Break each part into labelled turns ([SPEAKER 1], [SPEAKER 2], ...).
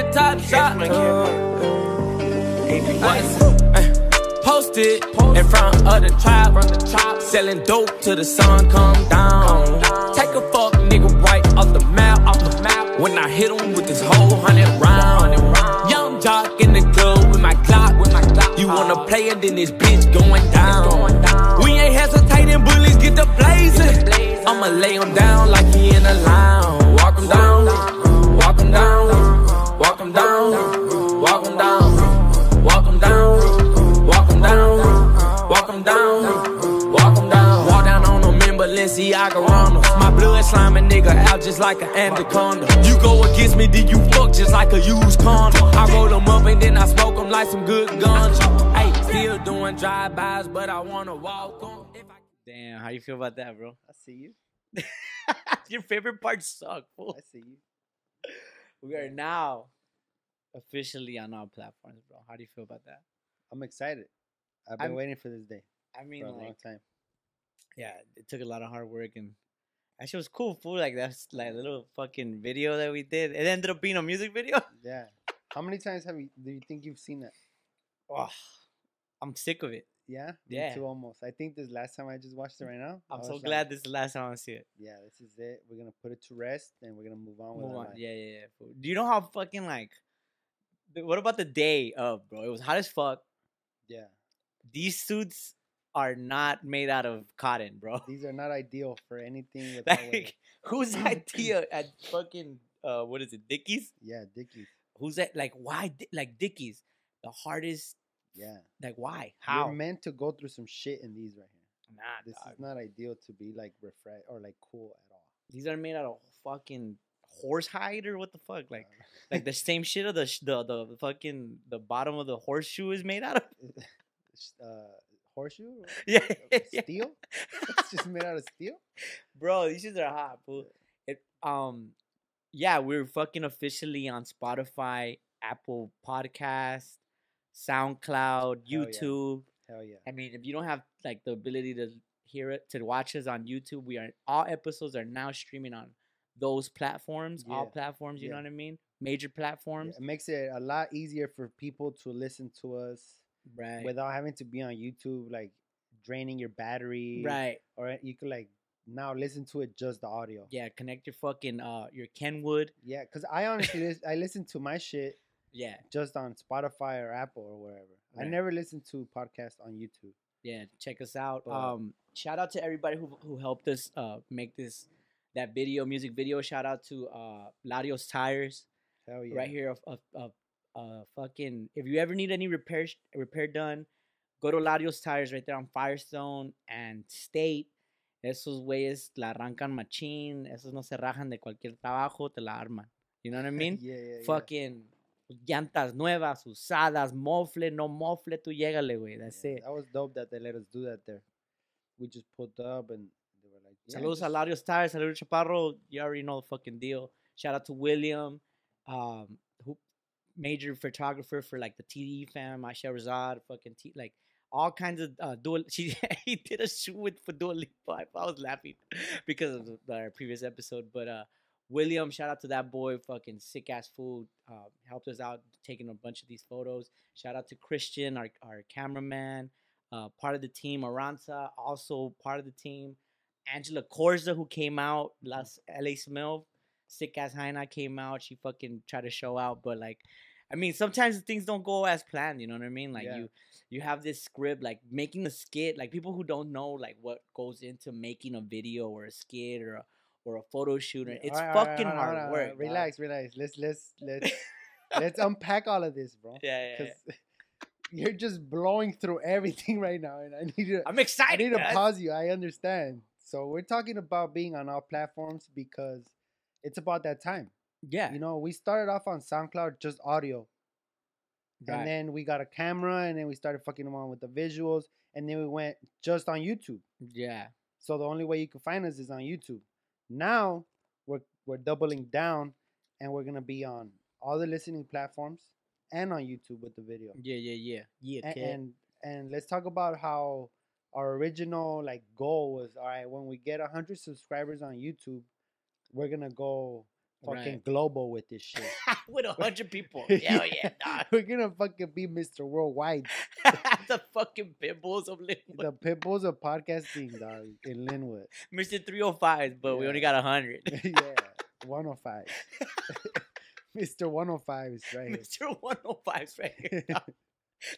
[SPEAKER 1] Shot. What? Posted in front of the tribe, selling dope till the sun come down. Take a fuck, nigga, right off the map, off the map. When I hit him with this whole hundred round, young jock in the club with my clock, with my clock. You wanna play it, then this bitch going down. We ain't hesitating, bullies get the blazing. I'ma lay him down like he in a lounge. Walk him down, walk him down, walk him down, walk him down, walk him down, walk him down, walk him down, walk him down. Walk down on him in Balenciaga Ronald. My blood slime a nigga out just like an anaconda. You go against me, then you fuck just like a used condom. I roll him up and then I smoke him like some good guns. Hey, still doing drive-bys, but I wanna walk on.
[SPEAKER 2] Damn, how you feel about that, bro?
[SPEAKER 3] I see you.
[SPEAKER 2] Your favorite part sucked. fool.
[SPEAKER 3] I see you.
[SPEAKER 2] We are now officially on all platforms, bro. How do you feel about that?
[SPEAKER 3] I'm excited. I've been
[SPEAKER 2] I'm-
[SPEAKER 3] waiting for this day
[SPEAKER 2] I mean,
[SPEAKER 3] for a long
[SPEAKER 2] like,
[SPEAKER 3] time.
[SPEAKER 2] yeah, it took a lot of hard work and that shit was cool, fool. Like that's like little fucking video that we did. It ended up being a music video.
[SPEAKER 3] Yeah. How many times have you do you think you've seen that?
[SPEAKER 2] Oh, I'm sick of it.
[SPEAKER 3] Yeah. Me
[SPEAKER 2] Yeah. Mm,
[SPEAKER 3] Too almost. I think this last time I just watched it right now. I
[SPEAKER 2] I'm so
[SPEAKER 3] was like,
[SPEAKER 2] glad this is the last time I see it.
[SPEAKER 3] Yeah, this is it. We're gonna put it to rest and we're gonna move on with
[SPEAKER 2] Move
[SPEAKER 3] our
[SPEAKER 2] on.
[SPEAKER 3] life.
[SPEAKER 2] Yeah, yeah, yeah. fool. Do you know how fucking like? th- What about the day of, bro? It was hot as fuck.
[SPEAKER 3] Yeah.
[SPEAKER 2] These suits are not made out of cotton, bro.
[SPEAKER 3] These are not ideal for anything with hot weather.
[SPEAKER 2] Like, whose idea at fucking uh, what is it, Dickies?
[SPEAKER 3] Yeah, Dickies.
[SPEAKER 2] Who's that? Like, why? Di- like Dickies, the hardest.
[SPEAKER 3] Yeah.
[SPEAKER 2] Like, why? How? Uh,
[SPEAKER 3] You're meant to go through some shit in these right here.
[SPEAKER 2] Nah,
[SPEAKER 3] This
[SPEAKER 2] dog.
[SPEAKER 3] is not ideal to be like refresh or like cool at all.
[SPEAKER 2] These are made out of fucking horse hide or what the fuck? Like,
[SPEAKER 3] Uh,
[SPEAKER 2] like the same shit of the sh- the the fucking the bottom of the horseshoe is made out of.
[SPEAKER 3] s- uh, horseshoe? or-
[SPEAKER 2] Yeah,
[SPEAKER 3] uh,
[SPEAKER 2] yeah.
[SPEAKER 3] Steel? it's just made out of steel?
[SPEAKER 2] bro. These shits are hot, fool. It, um, yeah, we're fucking officially on Spotify, Apple Podcast, SoundCloud,
[SPEAKER 3] yeah.
[SPEAKER 2] YouTube.
[SPEAKER 3] Hell yeah.
[SPEAKER 2] I mean, if you don't have like the ability to hear it to watch us on YouTube, we are all episodes are now streaming on those platforms. All
[SPEAKER 3] Yeah,
[SPEAKER 2] platforms, you know
[SPEAKER 3] yeah.
[SPEAKER 2] what I mean? Major
[SPEAKER 3] Yeah,
[SPEAKER 2] platforms,
[SPEAKER 3] It makes it a lot easier for people to listen to us
[SPEAKER 2] right?
[SPEAKER 3] without having to be on YouTube, like draining your battery.
[SPEAKER 2] right.
[SPEAKER 3] Or you could like now listen to it just the audio.
[SPEAKER 2] Yeah, connect your fucking uh your Kenwood.
[SPEAKER 3] Yeah, because I honestly lis- I listen to my shit
[SPEAKER 2] Yeah,
[SPEAKER 3] just on Spotify or Apple or wherever. I
[SPEAKER 2] Right.
[SPEAKER 3] never listen to podcasts on YouTube.
[SPEAKER 2] yeah. Check us out.
[SPEAKER 3] But-
[SPEAKER 2] Um, shout out to everybody who who helped us uh make this that video music video. Shout out to uh Larios Tires
[SPEAKER 3] Hell yeah.
[SPEAKER 2] right here. Of of of uh fucking if you ever need any repair sh- repair done, go to Larios Tires right there on Firestone and State. Esos güeyes la arrancan machín. Esos no se rajan de cualquier trabajo, te la arman. You know what I mean?
[SPEAKER 3] yeah, yeah, yeah.
[SPEAKER 2] fucking llantas nuevas, usadas, mofle, no mofle, tú llégale, güey. That's
[SPEAKER 3] Yeah,
[SPEAKER 2] it.
[SPEAKER 3] That was dope that they let us do that there. We just pulled up and they were like, yeah,
[SPEAKER 2] Saludos
[SPEAKER 3] just-
[SPEAKER 2] a Larios Tires, saludos Chaparro. You already know the fucking deal. Shout out to William, um, who major photographer for like the TDE fam, Aisha Razad, fucking T, like all kinds of uh, dual. She he did a shoot with for Dua Lipa. I- I was laughing because of the, our previous episode, but uh, William, shout out to that boy, fucking sick ass food, uh, helped us out taking a bunch of these photos. Shout out to Christian, our our cameraman, uh, part of the team. Aranza, also part of the team. Angela Corza, who came out last LA Smith, sick ass Haina came out. She fucking tried to show out, but like, I mean, sometimes things don't go as planned. You know what I mean? Like
[SPEAKER 3] Yeah.
[SPEAKER 2] you, you have this script, like making a skit. Like people who don't know like what goes into making a video or a skit or a, or a photo shoot, or,
[SPEAKER 3] Yeah,
[SPEAKER 2] it's
[SPEAKER 3] alright, alright,
[SPEAKER 2] fucking
[SPEAKER 3] alright,
[SPEAKER 2] hard
[SPEAKER 3] alright, alright,
[SPEAKER 2] work.
[SPEAKER 3] alright,
[SPEAKER 2] dog.
[SPEAKER 3] Relax, relax. Let's let's let's let's unpack all of this, bro.
[SPEAKER 2] Yeah, yeah, yeah.
[SPEAKER 3] 'Cause You're just blowing through everything right now, and I need to
[SPEAKER 2] I'm
[SPEAKER 3] I
[SPEAKER 2] excited.
[SPEAKER 3] need to
[SPEAKER 2] guys.
[SPEAKER 3] pause you. I understand. So we're talking about being on all platforms because it's about that time.
[SPEAKER 2] Yeah,
[SPEAKER 3] You know, we started off on SoundCloud just audio,
[SPEAKER 2] right.
[SPEAKER 3] and then we got a camera, and then we started fucking around with the visuals, and then we went just on YouTube.
[SPEAKER 2] yeah,
[SPEAKER 3] So the only way you can find us is on YouTube. Now we're we're doubling down and we're gonna be on all the listening platforms and on YouTube with the video.
[SPEAKER 2] yeah, yeah, yeah, yeah.
[SPEAKER 3] A-
[SPEAKER 2] kid.
[SPEAKER 3] And, and let's talk about how our original like goal was all right, when we get hundred subscribers on YouTube, we're gonna go fucking
[SPEAKER 2] Right.
[SPEAKER 3] global with this shit.
[SPEAKER 2] with a hundred people. Hell yeah, dog.
[SPEAKER 3] We're gonna fucking be Mr. Worldwide,
[SPEAKER 2] the fucking pitbulls of Linwood.
[SPEAKER 3] the pit bulls of podcasting, dog, in Linwood.
[SPEAKER 2] Mr. 305, but we only got a hundred.
[SPEAKER 3] yeah, 105. Mr. 105 is right here.
[SPEAKER 2] Mr. 105's right here. dog.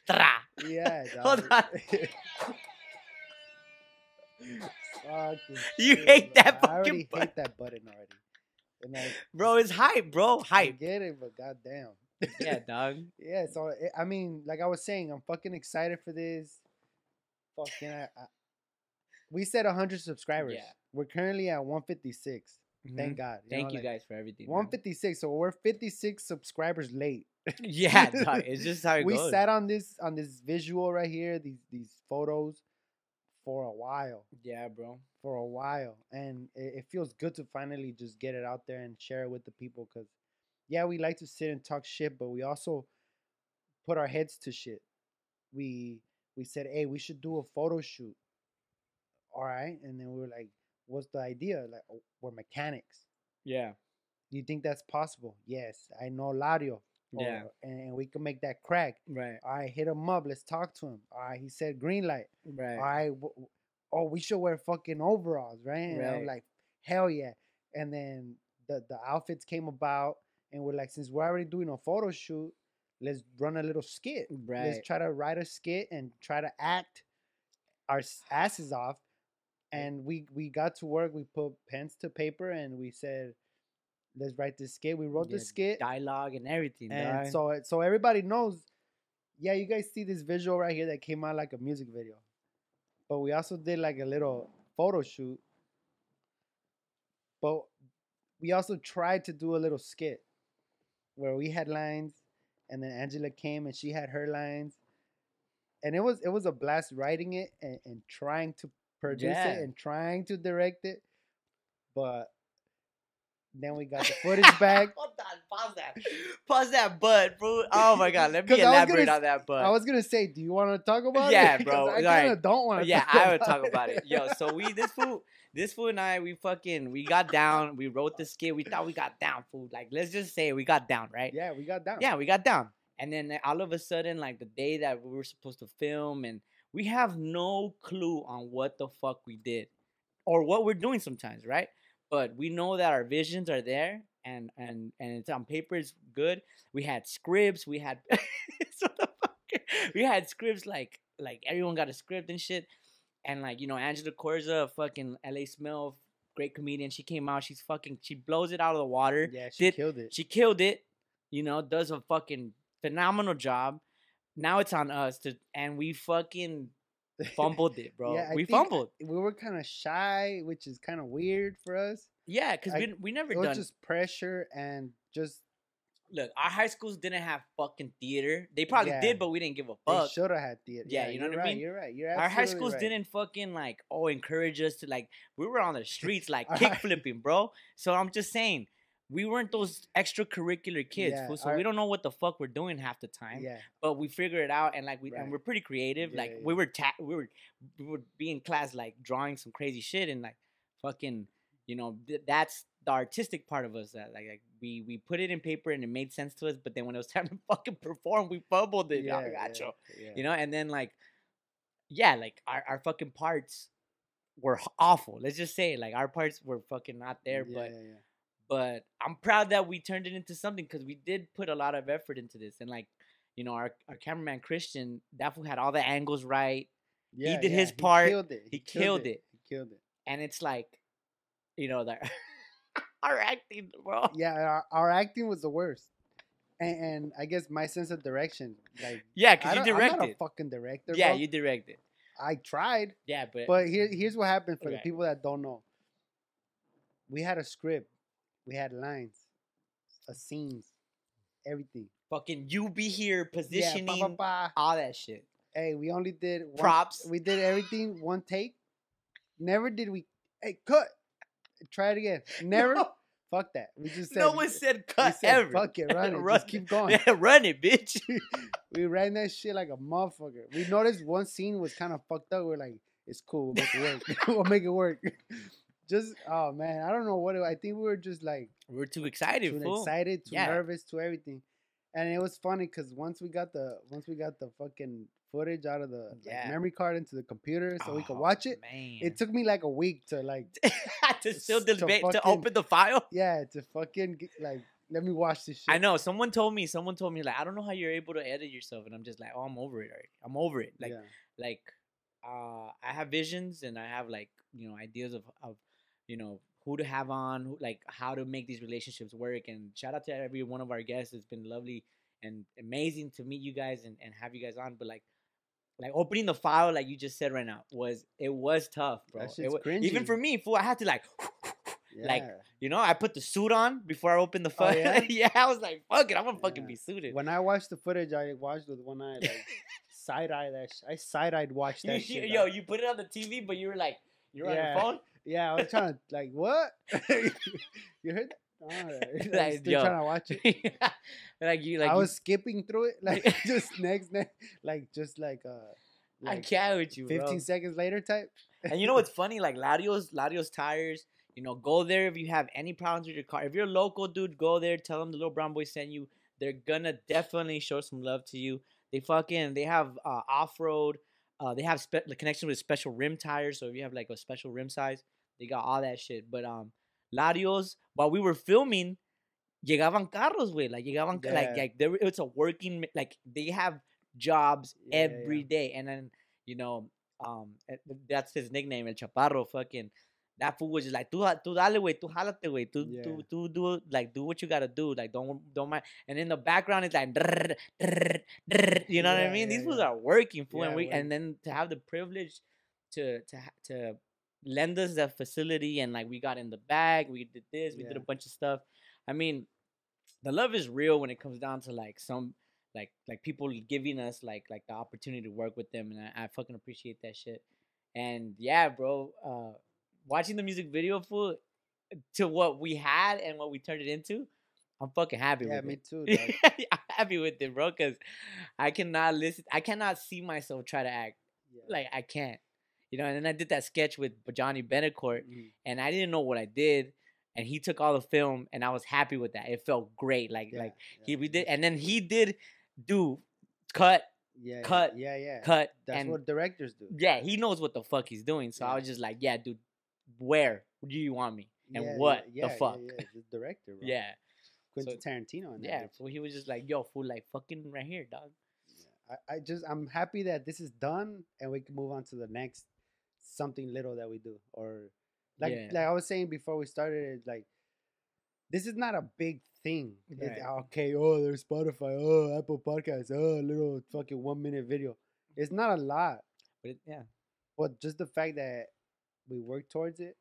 [SPEAKER 2] Tra.
[SPEAKER 3] Yeah,
[SPEAKER 2] Hold
[SPEAKER 3] dog.
[SPEAKER 2] on.
[SPEAKER 3] Fucking
[SPEAKER 2] You
[SPEAKER 3] shit,
[SPEAKER 2] hate
[SPEAKER 3] bro.
[SPEAKER 2] that
[SPEAKER 3] I
[SPEAKER 2] fucking
[SPEAKER 3] already
[SPEAKER 2] button.
[SPEAKER 3] hate that button already. And like,
[SPEAKER 2] Bro, it's hype, bro.
[SPEAKER 3] I
[SPEAKER 2] Hype.
[SPEAKER 3] get it, but goddamn.
[SPEAKER 2] Yeah, dog.
[SPEAKER 3] Yeah, so eh, I- I mean, like I was saying, I'm fucking excited for this. Fucking, I, I, we said 100 subscribers.
[SPEAKER 2] Yeah.
[SPEAKER 3] We're currently at 156. Thank God.
[SPEAKER 2] Mhm. Thank
[SPEAKER 3] know,
[SPEAKER 2] you
[SPEAKER 3] like,
[SPEAKER 2] guys for everything. man.
[SPEAKER 3] 156. So we're 56 subscribers late.
[SPEAKER 2] Yeah, dog. It's just how it
[SPEAKER 3] we
[SPEAKER 2] goes.
[SPEAKER 3] sat on this on this visual right here, these these photos, for a while,
[SPEAKER 2] yeah, bro.
[SPEAKER 3] for a while, and it, it feels good to finally just get it out there and share it with the people. Cause yeah, we like to sit and talk shit, but we also put our heads to shit. We we said, hey, we should do a photo shoot. All right, and then we were like, what's the idea? Like, "Oh, we're mechanics.
[SPEAKER 2] Yeah.
[SPEAKER 3] You think that's possible? Yes, I know Lario.
[SPEAKER 2] Yeah.
[SPEAKER 3] or- and, and we can make that crack.
[SPEAKER 2] Right.
[SPEAKER 3] All right, hit him up. Let's talk to him. All right, he said green light.
[SPEAKER 2] Right.
[SPEAKER 3] All right, w- w- oh, we should wear fucking overalls, right? And
[SPEAKER 2] Right.
[SPEAKER 3] I'm like, hell yeah. And then the, the outfits came about, and we're like, since we're already doing a photo shoot, let's run a little skit.
[SPEAKER 2] Right.
[SPEAKER 3] Let's try to write a skit and try to act our s- asses off. And we we got to work. We put pens to paper, and we said, let's write this skit. We wrote
[SPEAKER 2] Yeah,
[SPEAKER 3] the skit.
[SPEAKER 2] Dialogue and everything.
[SPEAKER 3] And
[SPEAKER 2] dog.
[SPEAKER 3] so it- so everybody knows. Yeah, you guys see this visual right here that came out like a music video, but we also did like a little photo shoot. But we also tried to do a little skit where we had lines, and then Angela came and she had her lines, and it was it was a blast writing it and, and trying to produce
[SPEAKER 2] Yeah.
[SPEAKER 3] it and trying to direct it, but then we got the footage back.
[SPEAKER 2] Hold on, pause that. Pause that butt, bro. Oh my god, let me
[SPEAKER 3] 'Cause I was gonna
[SPEAKER 2] elaborate
[SPEAKER 3] s-
[SPEAKER 2] on that butt.
[SPEAKER 3] I was gonna say, do you want to talk about
[SPEAKER 2] Yeah,
[SPEAKER 3] it? 'Cause
[SPEAKER 2] bro,
[SPEAKER 3] I kind
[SPEAKER 2] like-
[SPEAKER 3] of don't want to.
[SPEAKER 2] Oh, yeah, I would talk about it. Yo, so we this fool this fool and I we fucking we got down, we wrote the skit, we thought we got down, fool. Like let's just say we got down, right?
[SPEAKER 3] Yeah, we got down.
[SPEAKER 2] Yeah, we got down. And then all of a sudden, like the day that we were supposed to film, and we have no clue on what the fuck we did or what we're doing sometimes, right? But we know that our visions are there and and and it's on paper, it's good. We had scripts, we had so the fuck- we had scripts like like everyone got a script and shit. And like, you know, Angela Corza, fucking LA Smell, great comedian, she came out, she's fucking she blows it out of the water.
[SPEAKER 3] yeah, she
[SPEAKER 2] Did-
[SPEAKER 3] killed it.
[SPEAKER 2] She killed it. You know, does a fucking phenomenal job. Now it's on us to, and we fucking fumbled it, bro.
[SPEAKER 3] Yeah, I
[SPEAKER 2] we
[SPEAKER 3] think I-
[SPEAKER 2] fumbled.
[SPEAKER 3] we were kind of shy, which is kind of weird for us.
[SPEAKER 2] Yeah, because
[SPEAKER 3] I-
[SPEAKER 2] we, we never
[SPEAKER 3] It was
[SPEAKER 2] done.
[SPEAKER 3] just pressure and just
[SPEAKER 2] Look, our high schools didn't have fucking theater. They probably
[SPEAKER 3] Yeah.
[SPEAKER 2] did, but we didn't give a
[SPEAKER 3] they
[SPEAKER 2] fuck.
[SPEAKER 3] should have had theater.
[SPEAKER 2] Yeah, you know
[SPEAKER 3] you're
[SPEAKER 2] what I
[SPEAKER 3] right,
[SPEAKER 2] mean?
[SPEAKER 3] You're right. You're
[SPEAKER 2] Our high
[SPEAKER 3] absolutely
[SPEAKER 2] schools
[SPEAKER 3] right.
[SPEAKER 2] didn't fucking like oh encourage us to like we were on the streets like
[SPEAKER 3] Our
[SPEAKER 2] kick
[SPEAKER 3] high-
[SPEAKER 2] flipping, bro. So I'm just saying we weren't those extracurricular kids,
[SPEAKER 3] Yeah,
[SPEAKER 2] fool, so
[SPEAKER 3] our-
[SPEAKER 2] we don't know what the fuck we're doing half the time.
[SPEAKER 3] Yeah,
[SPEAKER 2] but we figure it out and like we
[SPEAKER 3] Right.
[SPEAKER 2] and we're pretty creative.
[SPEAKER 3] Yeah,
[SPEAKER 2] like
[SPEAKER 3] yeah,
[SPEAKER 2] we
[SPEAKER 3] yeah.
[SPEAKER 2] were ta- we were we would be in class like drawing some crazy shit and like fucking you know th- that's the artistic part of us that like, like we we put it in paper and it made sense to us. But then when it was time to fucking perform, we fumbled it.
[SPEAKER 3] yeah,
[SPEAKER 2] Yeah,
[SPEAKER 3] yeah, yeah.
[SPEAKER 2] You know, and then like yeah, like our our fucking parts were h- awful. Let's just say like our parts were fucking not there,
[SPEAKER 3] Yeah,
[SPEAKER 2] but
[SPEAKER 3] yeah, yeah.
[SPEAKER 2] but I'm proud that we turned it into something because we did put a lot of effort into this. And like, you know, our, our cameraman Christian, that fool had all the angles right,
[SPEAKER 3] Yeah,
[SPEAKER 2] did
[SPEAKER 3] yeah,
[SPEAKER 2] his part,
[SPEAKER 3] He killed it.
[SPEAKER 2] he killed it.
[SPEAKER 3] He killed it.
[SPEAKER 2] and it's like, you know, the our acting, bro. Yeah,
[SPEAKER 3] Yeah, our, our acting was the worst, and, and I guess my sense of direction, like. I
[SPEAKER 2] because you
[SPEAKER 3] don't- I'm not a
[SPEAKER 2] directed.
[SPEAKER 3] fucking director.
[SPEAKER 2] Yeah,
[SPEAKER 3] bro.
[SPEAKER 2] you directed.
[SPEAKER 3] I tried,
[SPEAKER 2] Yeah, but,
[SPEAKER 3] but here, here's what happened for
[SPEAKER 2] Right.
[SPEAKER 3] the people that don't know. We had a script, we had lines, a scenes, everything.
[SPEAKER 2] fucking you be here
[SPEAKER 3] Yeah,
[SPEAKER 2] positioning
[SPEAKER 3] ba, ba, ba.
[SPEAKER 2] all that shit.
[SPEAKER 3] Hey, we only did one,
[SPEAKER 2] Props.
[SPEAKER 3] We did everything one take. Never did we. Hey, cut. Try it again. Never.
[SPEAKER 2] No.
[SPEAKER 3] Fuck that. We just said.
[SPEAKER 2] no one said
[SPEAKER 3] we
[SPEAKER 2] cut
[SPEAKER 3] said,
[SPEAKER 2] ever.
[SPEAKER 3] Fuck it, run it.
[SPEAKER 2] Run
[SPEAKER 3] Just keep going.
[SPEAKER 2] Yeah, run it, bitch.
[SPEAKER 3] We ran that shit like a motherfucker. We noticed one scene was kind of fucked up. We're like, it's cool. We'll make it work. we'll make it work. just oh man, I don't know what it- I think we were just like
[SPEAKER 2] We're too excited,
[SPEAKER 3] too
[SPEAKER 2] fool.
[SPEAKER 3] excited, too
[SPEAKER 2] Yeah.
[SPEAKER 3] nervous, too everything. And it was funny because once we got the once we got the fucking footage out of the like,
[SPEAKER 2] Yeah.
[SPEAKER 3] memory card into the computer so we could
[SPEAKER 2] Oh,
[SPEAKER 3] watch it.
[SPEAKER 2] Man.
[SPEAKER 3] It took me like a week to like
[SPEAKER 2] to still
[SPEAKER 3] to
[SPEAKER 2] debate to
[SPEAKER 3] fucking-
[SPEAKER 2] open the file.
[SPEAKER 3] yeah to fucking get, like let me watch this shit.
[SPEAKER 2] I know. Someone told me. Someone told me like I don't know how you're able to edit yourself, and I'm just like, oh, I'm over it already. I'm over it. Like,
[SPEAKER 3] Yeah.
[SPEAKER 2] like, uh, I have visions and I have like you know ideas of of you know who to have on, who, like how to make these relationships work. And shout out to every one of our guests. It's been lovely and amazing to meet you guys and and have you guys on. But like. Like opening the file, like you just said right now, was it was tough, bro.
[SPEAKER 3] That
[SPEAKER 2] It
[SPEAKER 3] shit's
[SPEAKER 2] wa- even
[SPEAKER 3] cringy.
[SPEAKER 2] for me, fool, I had to like like,
[SPEAKER 3] Yeah.
[SPEAKER 2] you know, I put the suit on before I opened the
[SPEAKER 3] Oh,
[SPEAKER 2] fuck. yeah?
[SPEAKER 3] yeah?
[SPEAKER 2] I was like, fuck it, I'm gonna fucking
[SPEAKER 3] Yeah.
[SPEAKER 2] be suited.
[SPEAKER 3] when I watched the footage, I watched with one eye like side eye that sh- I side eyed watched
[SPEAKER 2] You-
[SPEAKER 3] that
[SPEAKER 2] you-
[SPEAKER 3] shit.
[SPEAKER 2] yo,
[SPEAKER 3] dog.
[SPEAKER 2] you put it on the TV, but you were like, you're
[SPEAKER 3] Yeah.
[SPEAKER 2] on
[SPEAKER 3] yeah, I was trying to like what you heard. That? Oh,
[SPEAKER 2] Like,
[SPEAKER 3] like, still
[SPEAKER 2] yo.
[SPEAKER 3] trying to watch it.
[SPEAKER 2] your phone. like you, like
[SPEAKER 3] I
[SPEAKER 2] you-
[SPEAKER 3] was skipping through it, like just next, next, like just like uh,
[SPEAKER 2] I
[SPEAKER 3] like
[SPEAKER 2] can't with you, bro.
[SPEAKER 3] fifteen seconds later type.
[SPEAKER 2] and you know what's funny? Like Larios, Larios tires. You know, go there if you have any problems with your car. If you're a local dude, go there. Tell them the little brown boy sent you. They're gonna definitely show some love to you. They fucking they have uh, off road. Uh, they have spe- the connection with special rim tires. So if you have like a special rim size, they got all that shit. But um, Larios, while we were filming, llegaban carros, way like llegaban ca- like
[SPEAKER 3] Yeah.
[SPEAKER 2] like there it's a working ma- like they have jobs
[SPEAKER 3] Yeah, yeah,
[SPEAKER 2] every day. And then you know um eh, th- that's his nickname, El Chaparro. Fucking that fool was just like, tú, ja- tú dale, way, tú jálate, way, tú,
[SPEAKER 3] Yeah.
[SPEAKER 2] tú, tú, do it, like do what you gotta do, like don't don't mind. And in the background, it's like, drrr, drrr, drrr, you know what I
[SPEAKER 3] Yeah,
[SPEAKER 2] mean?
[SPEAKER 3] yeah,
[SPEAKER 2] These fools
[SPEAKER 3] yeah.
[SPEAKER 2] are working for, and
[SPEAKER 3] Yeah,
[SPEAKER 2] we,
[SPEAKER 3] work.
[SPEAKER 2] and then to have the privilege to to ha- to lend us that facility, and like we got in the bag, we did this, we did a
[SPEAKER 3] Yeah.
[SPEAKER 2] bunch of stuff. I mean, the love is real when it comes down to like some like like people giving us like like the opportunity to work with them, and I, I fucking appreciate that shit. And yeah, bro, uh, watching the music video for to what we had and what we turned it into, I'm fucking happy.
[SPEAKER 3] Yeah,
[SPEAKER 2] with
[SPEAKER 3] me
[SPEAKER 2] it.
[SPEAKER 3] too. dog.
[SPEAKER 2] I'm happy with it, bro, because I cannot listen. I cannot see myself try to act
[SPEAKER 3] Yeah.
[SPEAKER 2] like I can't, you know. And then I did that sketch with Johnny Benacourt,
[SPEAKER 3] Mhm.
[SPEAKER 2] and I didn't know what I did, and he took all the film, and I was happy with that. It felt great, like
[SPEAKER 3] Yeah,
[SPEAKER 2] like
[SPEAKER 3] yeah,
[SPEAKER 2] he we
[SPEAKER 3] yeah.
[SPEAKER 2] did, and then he did do cut,
[SPEAKER 3] yeah, yeah,
[SPEAKER 2] cut,
[SPEAKER 3] yeah, yeah.
[SPEAKER 2] cut,
[SPEAKER 3] That's
[SPEAKER 2] and
[SPEAKER 3] what directors do.
[SPEAKER 2] yeah, he knows what the fuck he's doing. So I
[SPEAKER 3] Yeah.
[SPEAKER 2] was just like, yeah, dude, where do you want me, and
[SPEAKER 3] Yeah,
[SPEAKER 2] what
[SPEAKER 3] yeah,
[SPEAKER 2] the
[SPEAKER 3] yeah,
[SPEAKER 2] fuck,
[SPEAKER 3] Yeah, the director, bro.
[SPEAKER 2] yeah.
[SPEAKER 3] Quentin
[SPEAKER 2] So-
[SPEAKER 3] Tarantino. And
[SPEAKER 2] Yeah, so he was just like, "Yo, fool, like fucking right here, dog."
[SPEAKER 3] I, I just I'm happy that this is done and we can move on to the next something little that we do or like
[SPEAKER 2] Yeah.
[SPEAKER 3] like I was saying before we started it's like this is not a big thing. It's,
[SPEAKER 2] Right.
[SPEAKER 3] okay, oh there's Spotify, oh Apple Podcasts, oh little fucking one minute video. It's not a lot,
[SPEAKER 2] But it, yeah,
[SPEAKER 3] but just the fact that we worked towards it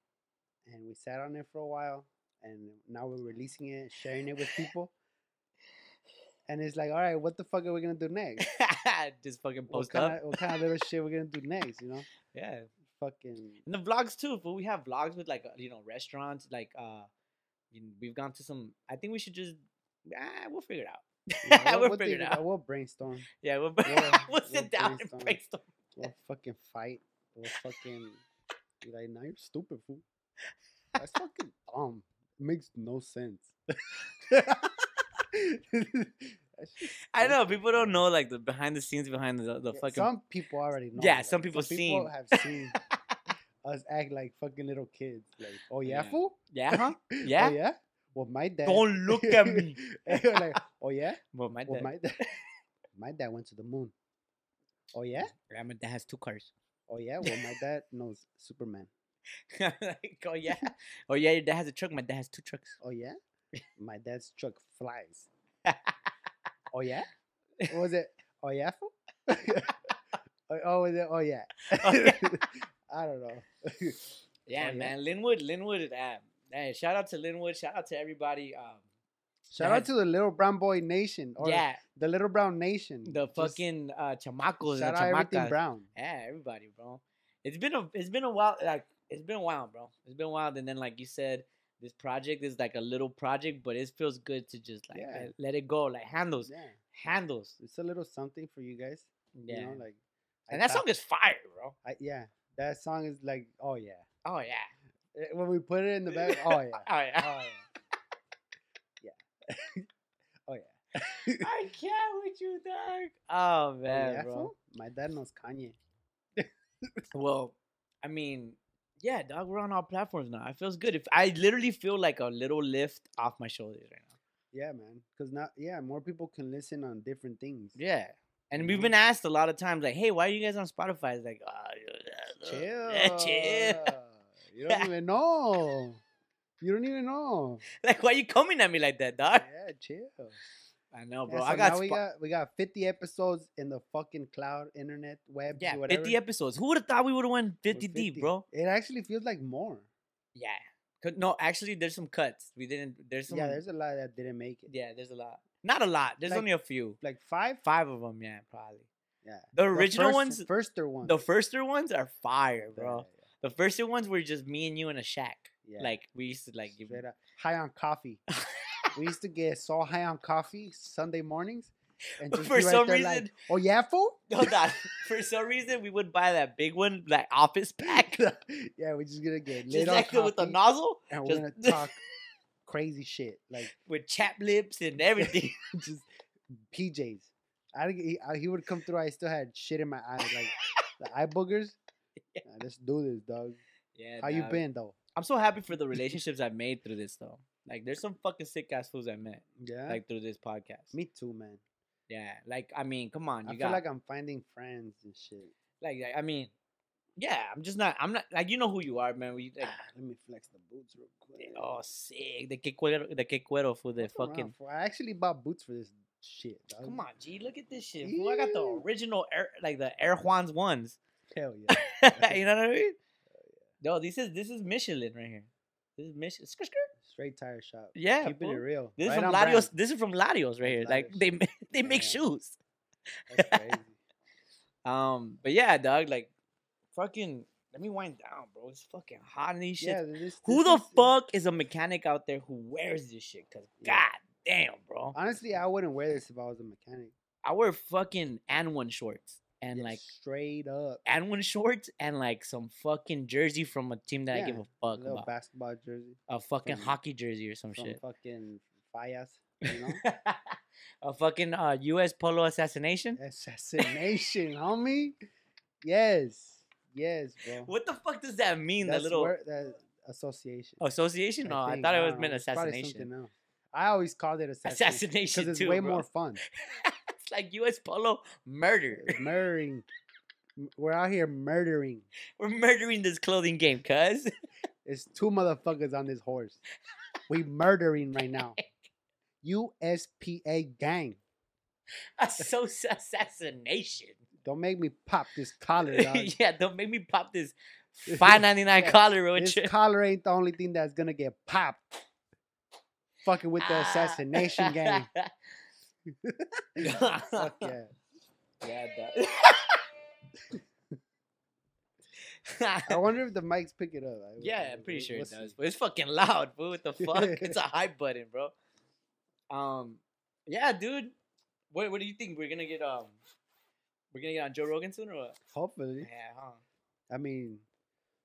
[SPEAKER 3] and we sat on it for a while and now we're releasing it, sharing it with people. And it's like, all right, what the fuck are we gonna do next?
[SPEAKER 2] just fucking
[SPEAKER 3] what
[SPEAKER 2] post
[SPEAKER 3] kind
[SPEAKER 2] up.
[SPEAKER 3] of what kind of little shit we're gonna do next, you know?
[SPEAKER 2] Yeah,
[SPEAKER 3] Fucking
[SPEAKER 2] and the vlogs too. But we have vlogs with like uh, you know restaurants. Like uh, you know, we've gone to some. I think we should just ah, we'll figure it out.
[SPEAKER 3] yeah,
[SPEAKER 2] We'll
[SPEAKER 3] we'll
[SPEAKER 2] figure
[SPEAKER 3] think
[SPEAKER 2] it
[SPEAKER 3] about-
[SPEAKER 2] out.
[SPEAKER 3] We'll brainstorm.
[SPEAKER 2] Yeah, we'll we'll
[SPEAKER 3] We'll- we'll
[SPEAKER 2] sit down and
[SPEAKER 3] brainstorm.
[SPEAKER 2] brainstorm.
[SPEAKER 3] We'll fucking fight. We'll fucking be like, now you're stupid fool. That's fucking dumb. makes no sense. That's just
[SPEAKER 2] I know
[SPEAKER 3] stupid,
[SPEAKER 2] people don't
[SPEAKER 3] bro.
[SPEAKER 2] know like the behind the scenes behind the the
[SPEAKER 3] Yeah,
[SPEAKER 2] fucking.
[SPEAKER 3] Some people already know.
[SPEAKER 2] Yeah, some people seen.
[SPEAKER 3] have seen us act like fucking little kids. Like, oh yeah,
[SPEAKER 2] Yeah.
[SPEAKER 3] fool.
[SPEAKER 2] yeah, huh?
[SPEAKER 3] Oh,
[SPEAKER 2] Yeah.
[SPEAKER 3] yeah. Well, my dad.
[SPEAKER 2] Don't look at me.
[SPEAKER 3] like, oh yeah.
[SPEAKER 2] Well, my
[SPEAKER 3] Well,
[SPEAKER 2] dad,
[SPEAKER 3] my dad, my dad went to the moon. Oh yeah,
[SPEAKER 2] yeah, my dad has two cars.
[SPEAKER 3] oh yeah. Well, my dad knows Superman.
[SPEAKER 2] like, oh yeah, oh yeah, your dad has a truck. My dad has two trucks.
[SPEAKER 3] Oh yeah, my dad's truck flies. Oh yeah, what was it? Oh yeah, fool? oh, oh, was it? Oh yeah.
[SPEAKER 2] Oh, yeah.
[SPEAKER 3] I don't know.
[SPEAKER 2] Yeah,
[SPEAKER 3] Oh, yeah.
[SPEAKER 2] man. Linwood, Linwood. Uh, hey, shout out to Linwood. Shout out to everybody. Um,
[SPEAKER 3] Shout out
[SPEAKER 2] That's-
[SPEAKER 3] to the Little Brown Boy Nation, or
[SPEAKER 2] yeah,
[SPEAKER 3] the Little Brown Nation.
[SPEAKER 2] the
[SPEAKER 3] Just
[SPEAKER 2] fucking uh, chamacos
[SPEAKER 3] shout
[SPEAKER 2] and
[SPEAKER 3] out everything
[SPEAKER 2] chamacas.
[SPEAKER 3] brown.
[SPEAKER 2] Yeah, everybody, bro. It's been a it's been a while. Like it's been a while, bro. It's been a while. And then, like you said, this project is like a little project, but it feels good to just like
[SPEAKER 3] Yeah.
[SPEAKER 2] let, let it go. Like handles,
[SPEAKER 3] Yeah,
[SPEAKER 2] handles.
[SPEAKER 3] it's a little something for you guys.
[SPEAKER 2] Yeah.
[SPEAKER 3] You know, like, I
[SPEAKER 2] and that
[SPEAKER 3] thought-
[SPEAKER 2] song is fire, bro.
[SPEAKER 3] I, yeah, that song is like, oh yeah.
[SPEAKER 2] Oh yeah.
[SPEAKER 3] Eh, When we put it in the back, oh yeah,
[SPEAKER 2] Oh yeah.
[SPEAKER 3] oh yeah, yeah, oh yeah.
[SPEAKER 2] I can't with you, dog. Oh
[SPEAKER 3] Oh,
[SPEAKER 2] man,
[SPEAKER 3] yeah,
[SPEAKER 2] bro.
[SPEAKER 3] fool? My dad knows Kanye.
[SPEAKER 2] Well, I mean, yeah, dog. We're on all platforms now. It feels good. If I literally feel like a little lift off my shoulders right now.
[SPEAKER 3] Yeah, man. Because now, yeah, more people can listen on different things.
[SPEAKER 2] Yeah. And we've
[SPEAKER 3] Mhm.
[SPEAKER 2] been asked a lot of times, like, "Hey, why are you guys on Spotify?" It's like, "Ah,
[SPEAKER 3] Chill.
[SPEAKER 2] yeah, chill.
[SPEAKER 3] You don't even know. You don't even know.
[SPEAKER 2] Like, why are you coming at me like that, dog?
[SPEAKER 3] Yeah, chill.
[SPEAKER 2] I know,
[SPEAKER 3] Yeah,
[SPEAKER 2] bro.
[SPEAKER 3] so
[SPEAKER 2] I got,
[SPEAKER 3] now we
[SPEAKER 2] Spo-
[SPEAKER 3] got we got 50 episodes in the fucking cloud, internet, web,
[SPEAKER 2] yeah,
[SPEAKER 3] whatever.
[SPEAKER 2] fifty episodes. Who would have thought we would have won
[SPEAKER 3] We're
[SPEAKER 2] fifty deep, bro?
[SPEAKER 3] It actually feels like more.
[SPEAKER 2] Yeah. 'Cause- No, actually, there's some cuts. We didn't. There's some.
[SPEAKER 3] Yeah, there's a lot that didn't make it.
[SPEAKER 2] yeah, there's a lot. Not a lot. There's
[SPEAKER 3] Like-
[SPEAKER 2] only a few.
[SPEAKER 3] Like five.
[SPEAKER 2] Five of them, yeah, probably.
[SPEAKER 3] Yeah.
[SPEAKER 2] The original
[SPEAKER 3] first,
[SPEAKER 2] ones,
[SPEAKER 3] Firster ones.
[SPEAKER 2] the firster ones are fire,
[SPEAKER 3] Yeah,
[SPEAKER 2] bro. The firster ones were just me and you in a shack.
[SPEAKER 3] Yeah.
[SPEAKER 2] Like we used to like give
[SPEAKER 3] Straight up. High on coffee. we used to get so high on coffee Sunday mornings. And just
[SPEAKER 2] For
[SPEAKER 3] be right
[SPEAKER 2] some
[SPEAKER 3] there like,
[SPEAKER 2] reason-
[SPEAKER 3] oh yeah, fool.
[SPEAKER 2] Hold on. For some reason, we would buy that big one, like office pack,
[SPEAKER 3] yeah, we're just gonna get lit
[SPEAKER 2] just
[SPEAKER 3] on
[SPEAKER 2] like the- with the
[SPEAKER 3] coffee,
[SPEAKER 2] nozzle,
[SPEAKER 3] and we're
[SPEAKER 2] just-
[SPEAKER 3] gonna talk crazy shit like
[SPEAKER 2] with chap lips and everything.
[SPEAKER 3] just PJs. I don't- he, I- he would come through. I still had shit in my eyes, like the eye boogers. Nah, let's do this, dog.
[SPEAKER 2] yeah.
[SPEAKER 3] How you
[SPEAKER 2] dog.
[SPEAKER 3] been though?
[SPEAKER 2] I'm so happy for the relationships I've made through this, though. Like, there's some fucking sick ass fools I met,
[SPEAKER 3] Yeah,
[SPEAKER 2] like through this podcast.
[SPEAKER 3] me too, man.
[SPEAKER 2] Yeah. Like, I mean, come on,
[SPEAKER 3] I
[SPEAKER 2] you
[SPEAKER 3] feel
[SPEAKER 2] got
[SPEAKER 3] like I'm finding friends and shit.
[SPEAKER 2] like, like, I mean, yeah. I'm just not. I'm not like you know who you are, man. We like.
[SPEAKER 3] Ah, Let me flex the boots real quick.
[SPEAKER 2] Oh, sick. The que cuero, the que cuero for the
[SPEAKER 3] What's Uh, around,
[SPEAKER 2] fucking.
[SPEAKER 3] fool? I actually bought boots for this shit. Dog.
[SPEAKER 2] Come on, G. Look at this shit. fool. I got the
[SPEAKER 3] Ew.
[SPEAKER 2] original, Air, like the Air Juan's ones.
[SPEAKER 3] hell yeah.
[SPEAKER 2] you know what I mean? No, this is this is Michelin right here. This is Michelin. Skr, skr.
[SPEAKER 3] Straight tire shop.
[SPEAKER 2] Yeah,
[SPEAKER 3] keeping it
[SPEAKER 2] fool.
[SPEAKER 3] real.
[SPEAKER 2] This is
[SPEAKER 3] Right
[SPEAKER 2] from
[SPEAKER 3] on
[SPEAKER 2] Larios.
[SPEAKER 3] brand.
[SPEAKER 2] This is from Larios right here. Like
[SPEAKER 3] Larios.
[SPEAKER 2] they ma- they make
[SPEAKER 3] Yeah.
[SPEAKER 2] shoes.
[SPEAKER 3] That's crazy.
[SPEAKER 2] Um, but yeah, dog. Like, fucking. Let me wind down, bro. It's fucking hot in these shit.
[SPEAKER 3] yeah, this,
[SPEAKER 2] who
[SPEAKER 3] this
[SPEAKER 2] the
[SPEAKER 3] is-
[SPEAKER 2] fuck is a mechanic out there who wears this shit? Cause
[SPEAKER 3] Yeah.
[SPEAKER 2] god damn, bro.
[SPEAKER 3] Honestly, I wouldn't wear this if I was a mechanic.
[SPEAKER 2] I wear fucking and one shorts and
[SPEAKER 3] Yeah,
[SPEAKER 2] like
[SPEAKER 3] straight up,
[SPEAKER 2] and one shorts and like some fucking jersey from a team that I give
[SPEAKER 3] Yeah,
[SPEAKER 2] a
[SPEAKER 3] a
[SPEAKER 2] fuck
[SPEAKER 3] little
[SPEAKER 2] about.
[SPEAKER 3] basketball jersey
[SPEAKER 2] a fucking
[SPEAKER 3] from-
[SPEAKER 2] hockey jersey or some
[SPEAKER 3] from
[SPEAKER 2] shit.
[SPEAKER 3] fucking Fias, you know?
[SPEAKER 2] a fucking uh, U.S. Polo assassination.
[SPEAKER 3] Assassination, homie. Yes, yes, bro.
[SPEAKER 2] What the fuck does that mean? The little
[SPEAKER 3] where- that association.
[SPEAKER 2] association? No, I,
[SPEAKER 3] think.
[SPEAKER 2] thought it was
[SPEAKER 3] don't
[SPEAKER 2] meant
[SPEAKER 3] know, it's probably
[SPEAKER 2] assassination.
[SPEAKER 3] something else. I always called it assassination
[SPEAKER 2] Assassination
[SPEAKER 3] because it's
[SPEAKER 2] too,
[SPEAKER 3] way
[SPEAKER 2] bro.
[SPEAKER 3] more fun.
[SPEAKER 2] it's like U.S. Polo murder.
[SPEAKER 3] Murdering. M- We're out here murdering.
[SPEAKER 2] We're murdering this clothing game, cuz.
[SPEAKER 3] It's two motherfuckers on this horse. We murdering right now. USPA gang.
[SPEAKER 2] Associ- assassination.
[SPEAKER 3] Don't make me pop this collar, dog.
[SPEAKER 2] yeah, don't make me pop this five ninety nine
[SPEAKER 3] Yeah,
[SPEAKER 2] collar with
[SPEAKER 3] this
[SPEAKER 2] you.
[SPEAKER 3] collar ain't the only thing that's gonna get popped. Fucking with
[SPEAKER 2] Ah.
[SPEAKER 3] the assassination gang. Fuck yeah.
[SPEAKER 2] Yeah,
[SPEAKER 3] I wonder if the mics pick it up. I-
[SPEAKER 2] yeah,
[SPEAKER 3] I-
[SPEAKER 2] I'm pretty sure
[SPEAKER 3] we'll
[SPEAKER 2] it
[SPEAKER 3] see.
[SPEAKER 2] does. But it's fucking loud, bro. What the fuck? it's a hype button, bro. Um, yeah, dude. What What do you think? We're gonna get um, we're gonna get on Joe Rogan soon or what? Yeah,
[SPEAKER 3] Hopefully.
[SPEAKER 2] huh?
[SPEAKER 3] I mean,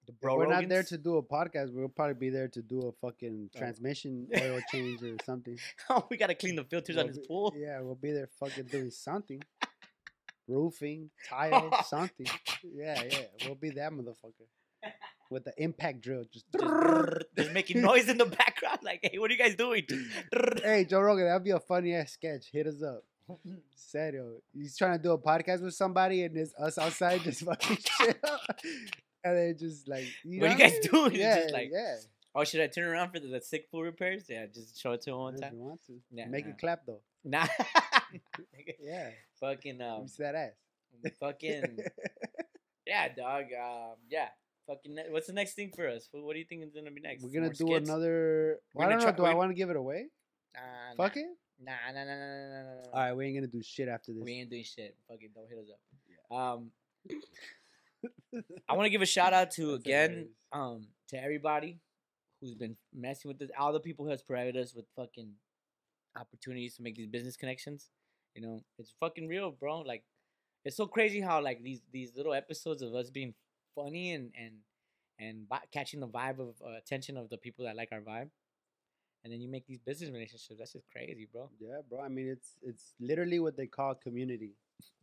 [SPEAKER 2] The
[SPEAKER 3] if we're not there
[SPEAKER 2] Rogans?
[SPEAKER 3] to do a podcast. We'll probably be there to do a fucking
[SPEAKER 2] Oh.
[SPEAKER 3] transmission oil change or something.
[SPEAKER 2] Oh, we gotta clean the filters on
[SPEAKER 3] We'll
[SPEAKER 2] his
[SPEAKER 3] be-
[SPEAKER 2] pool.
[SPEAKER 3] Yeah, we'll be there fucking doing something. Roofing, tile, something. Yeah, yeah. We'll be that motherfucker. With the impact drill. Just,
[SPEAKER 2] Just, just making noise in the background, like, hey, what are you guys doing?
[SPEAKER 3] Hey, Joe Rogan, that'd be a funny ass sketch. Hit us up. Serio. He's trying to do a podcast with somebody and it's us outside just fucking shit up. And then just like,
[SPEAKER 2] What are you
[SPEAKER 3] know?
[SPEAKER 2] guys doing? It's
[SPEAKER 3] Yeah,
[SPEAKER 2] just like-
[SPEAKER 3] yeah.
[SPEAKER 2] oh, should I turn around for the, the sick pool repairs? Yeah, just show it to him one
[SPEAKER 3] If
[SPEAKER 2] time.
[SPEAKER 3] you want to.
[SPEAKER 2] Yeah,
[SPEAKER 3] Make
[SPEAKER 2] nah.
[SPEAKER 3] it clap though.
[SPEAKER 2] Nah.
[SPEAKER 3] Yeah.
[SPEAKER 2] fucking
[SPEAKER 3] Let
[SPEAKER 2] um
[SPEAKER 3] me see that ass.
[SPEAKER 2] fucking yeah, dog. Um yeah. Fucking ne- what's the next thing for us? What, what do you think is gonna be next?
[SPEAKER 3] We're gonna
[SPEAKER 2] More
[SPEAKER 3] do
[SPEAKER 2] skits?
[SPEAKER 3] another.
[SPEAKER 2] We're
[SPEAKER 3] Well,
[SPEAKER 2] gonna
[SPEAKER 3] I don't know.
[SPEAKER 2] try-
[SPEAKER 3] Do I
[SPEAKER 2] we-
[SPEAKER 3] want to give it away?
[SPEAKER 2] Nah,
[SPEAKER 3] Fuck
[SPEAKER 2] nah.
[SPEAKER 3] it.
[SPEAKER 2] Nah, nah, nah, nah, nah, nah, nah, nah.
[SPEAKER 3] All right, we ain't gonna do shit after this.
[SPEAKER 2] We ain't doing shit. Fuck it, don't hit us up. Um, I want to give a shout out to
[SPEAKER 3] That's
[SPEAKER 2] again
[SPEAKER 3] hilarious.
[SPEAKER 2] um to everybody who's been messing with this. All the people who has provided us with fucking opportunities to make these business connections. You know, it's fucking real, bro. Like, it's so crazy how like these these little episodes of us being funny and and and vi- catching the vibe of uh, attention of the people that like our vibe. And then you make these business relationships. That's just crazy, bro.
[SPEAKER 3] Yeah, bro. I mean, it's it's literally what they call community.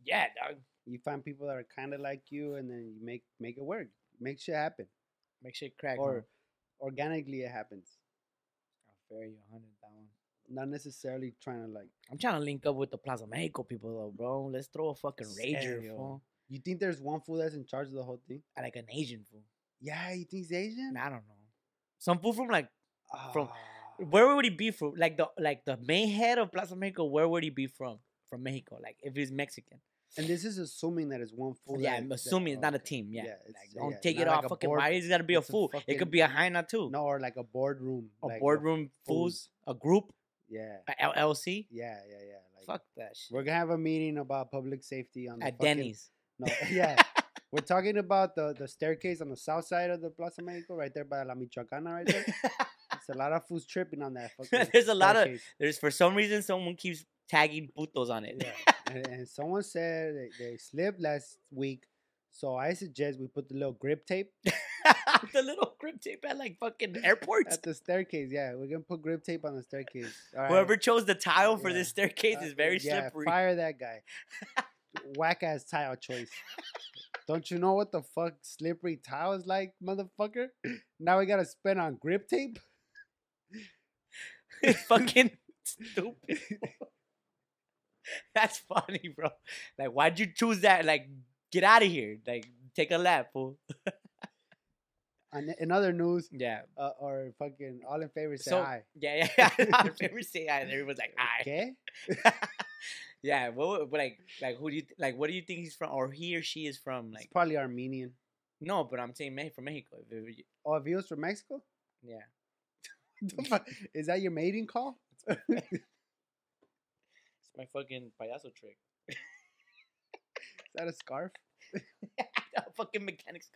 [SPEAKER 2] Yeah, dog.
[SPEAKER 3] You find people that are kind of like you, and then you make make it work, make shit happen,
[SPEAKER 2] Make sure it crack.
[SPEAKER 3] or organically it happens.
[SPEAKER 2] I'll fare you a hundred that one.
[SPEAKER 3] Not necessarily trying to like.
[SPEAKER 2] I'm trying to link up with the Plaza Mexico people though, bro. Let's throw a fucking rager,
[SPEAKER 3] Serio?
[SPEAKER 2] fool.
[SPEAKER 3] You think there's one fool that's in charge of the whole thing?
[SPEAKER 2] I like an Asian fool.
[SPEAKER 3] Yeah, you think he's Asian?
[SPEAKER 2] And I don't know. Some fool from like from-
[SPEAKER 3] Ah,
[SPEAKER 2] where would he be from? Like the like the main head of Plaza Mexico, where would he be from? From Mexico. Like if he's Mexican.
[SPEAKER 3] And this is assuming that it's one fool.
[SPEAKER 2] yeah,
[SPEAKER 3] that-
[SPEAKER 2] I'm
[SPEAKER 3] that-
[SPEAKER 2] assuming it's not a
[SPEAKER 3] okay.
[SPEAKER 2] team. Yeah.
[SPEAKER 3] it's-
[SPEAKER 2] like, don't
[SPEAKER 3] yeah,
[SPEAKER 2] take it
[SPEAKER 3] not
[SPEAKER 2] off
[SPEAKER 3] like a
[SPEAKER 2] fucking
[SPEAKER 3] board-
[SPEAKER 2] bias. You gotta be a
[SPEAKER 3] it's a
[SPEAKER 2] fool. it could
[SPEAKER 3] fucking-
[SPEAKER 2] be a hyena too.
[SPEAKER 3] No, or like a boardroom.
[SPEAKER 2] a
[SPEAKER 3] like
[SPEAKER 2] boardroom fools,
[SPEAKER 3] fools.
[SPEAKER 2] a group,
[SPEAKER 3] Yeah,
[SPEAKER 2] a LLC.
[SPEAKER 3] yeah, yeah, yeah. Like,
[SPEAKER 2] Fuck that shit.
[SPEAKER 3] We're gonna have a meeting about public safety on the
[SPEAKER 2] At
[SPEAKER 3] fucking-
[SPEAKER 2] Denny's.
[SPEAKER 3] No, yeah. We're talking about the, the staircase on the south side of the Plaza Mexico, right there by La Michoacana, right there. It's a lot of fools tripping on that. Fucking
[SPEAKER 2] There's a lot of-
[SPEAKER 3] staircase.
[SPEAKER 2] There's for some reason someone keeps tagging putos on it.
[SPEAKER 3] Yeah. and, and someone said they, they slipped last week, so I suggest we put the little grip tape
[SPEAKER 2] the little grip tape at like fucking airports.
[SPEAKER 3] at the staircase. Yeah, we're gonna put grip tape on the staircase. All right.
[SPEAKER 2] Whoever chose the tile for this
[SPEAKER 3] Yeah.
[SPEAKER 2] staircase
[SPEAKER 3] Uh,
[SPEAKER 2] is very
[SPEAKER 3] yeah,
[SPEAKER 2] slippery.
[SPEAKER 3] Fire that guy. Whack ass tile choice. Don't you know what the fuck slippery tile is like, motherfucker? Now we gotta spend on grip tape.
[SPEAKER 2] It's fucking stupid. That's funny, bro. Like, why'd you choose that? Like, get out of here. Like, take a lap, fool.
[SPEAKER 3] And in other news,
[SPEAKER 2] Yeah.
[SPEAKER 3] uh, or fucking all in favor say
[SPEAKER 2] So-
[SPEAKER 3] aye.
[SPEAKER 2] Yeah, yeah. I've never say that. and Everyone's like, I.
[SPEAKER 3] Okay?
[SPEAKER 2] Yeah. What, would- but like, like, who do you th- like? What do you think he's from, or he or she is from?
[SPEAKER 3] it's
[SPEAKER 2] Like,
[SPEAKER 3] probably Armenian.
[SPEAKER 2] no, but I'm saying Me- from Mexico. If it-
[SPEAKER 3] Oh, if he was from Mexico?
[SPEAKER 2] Yeah.
[SPEAKER 3] The fuck- is that your mating call?
[SPEAKER 2] It's my fucking payaso trick.
[SPEAKER 3] Is that a scarf?
[SPEAKER 2] a fucking mechanic's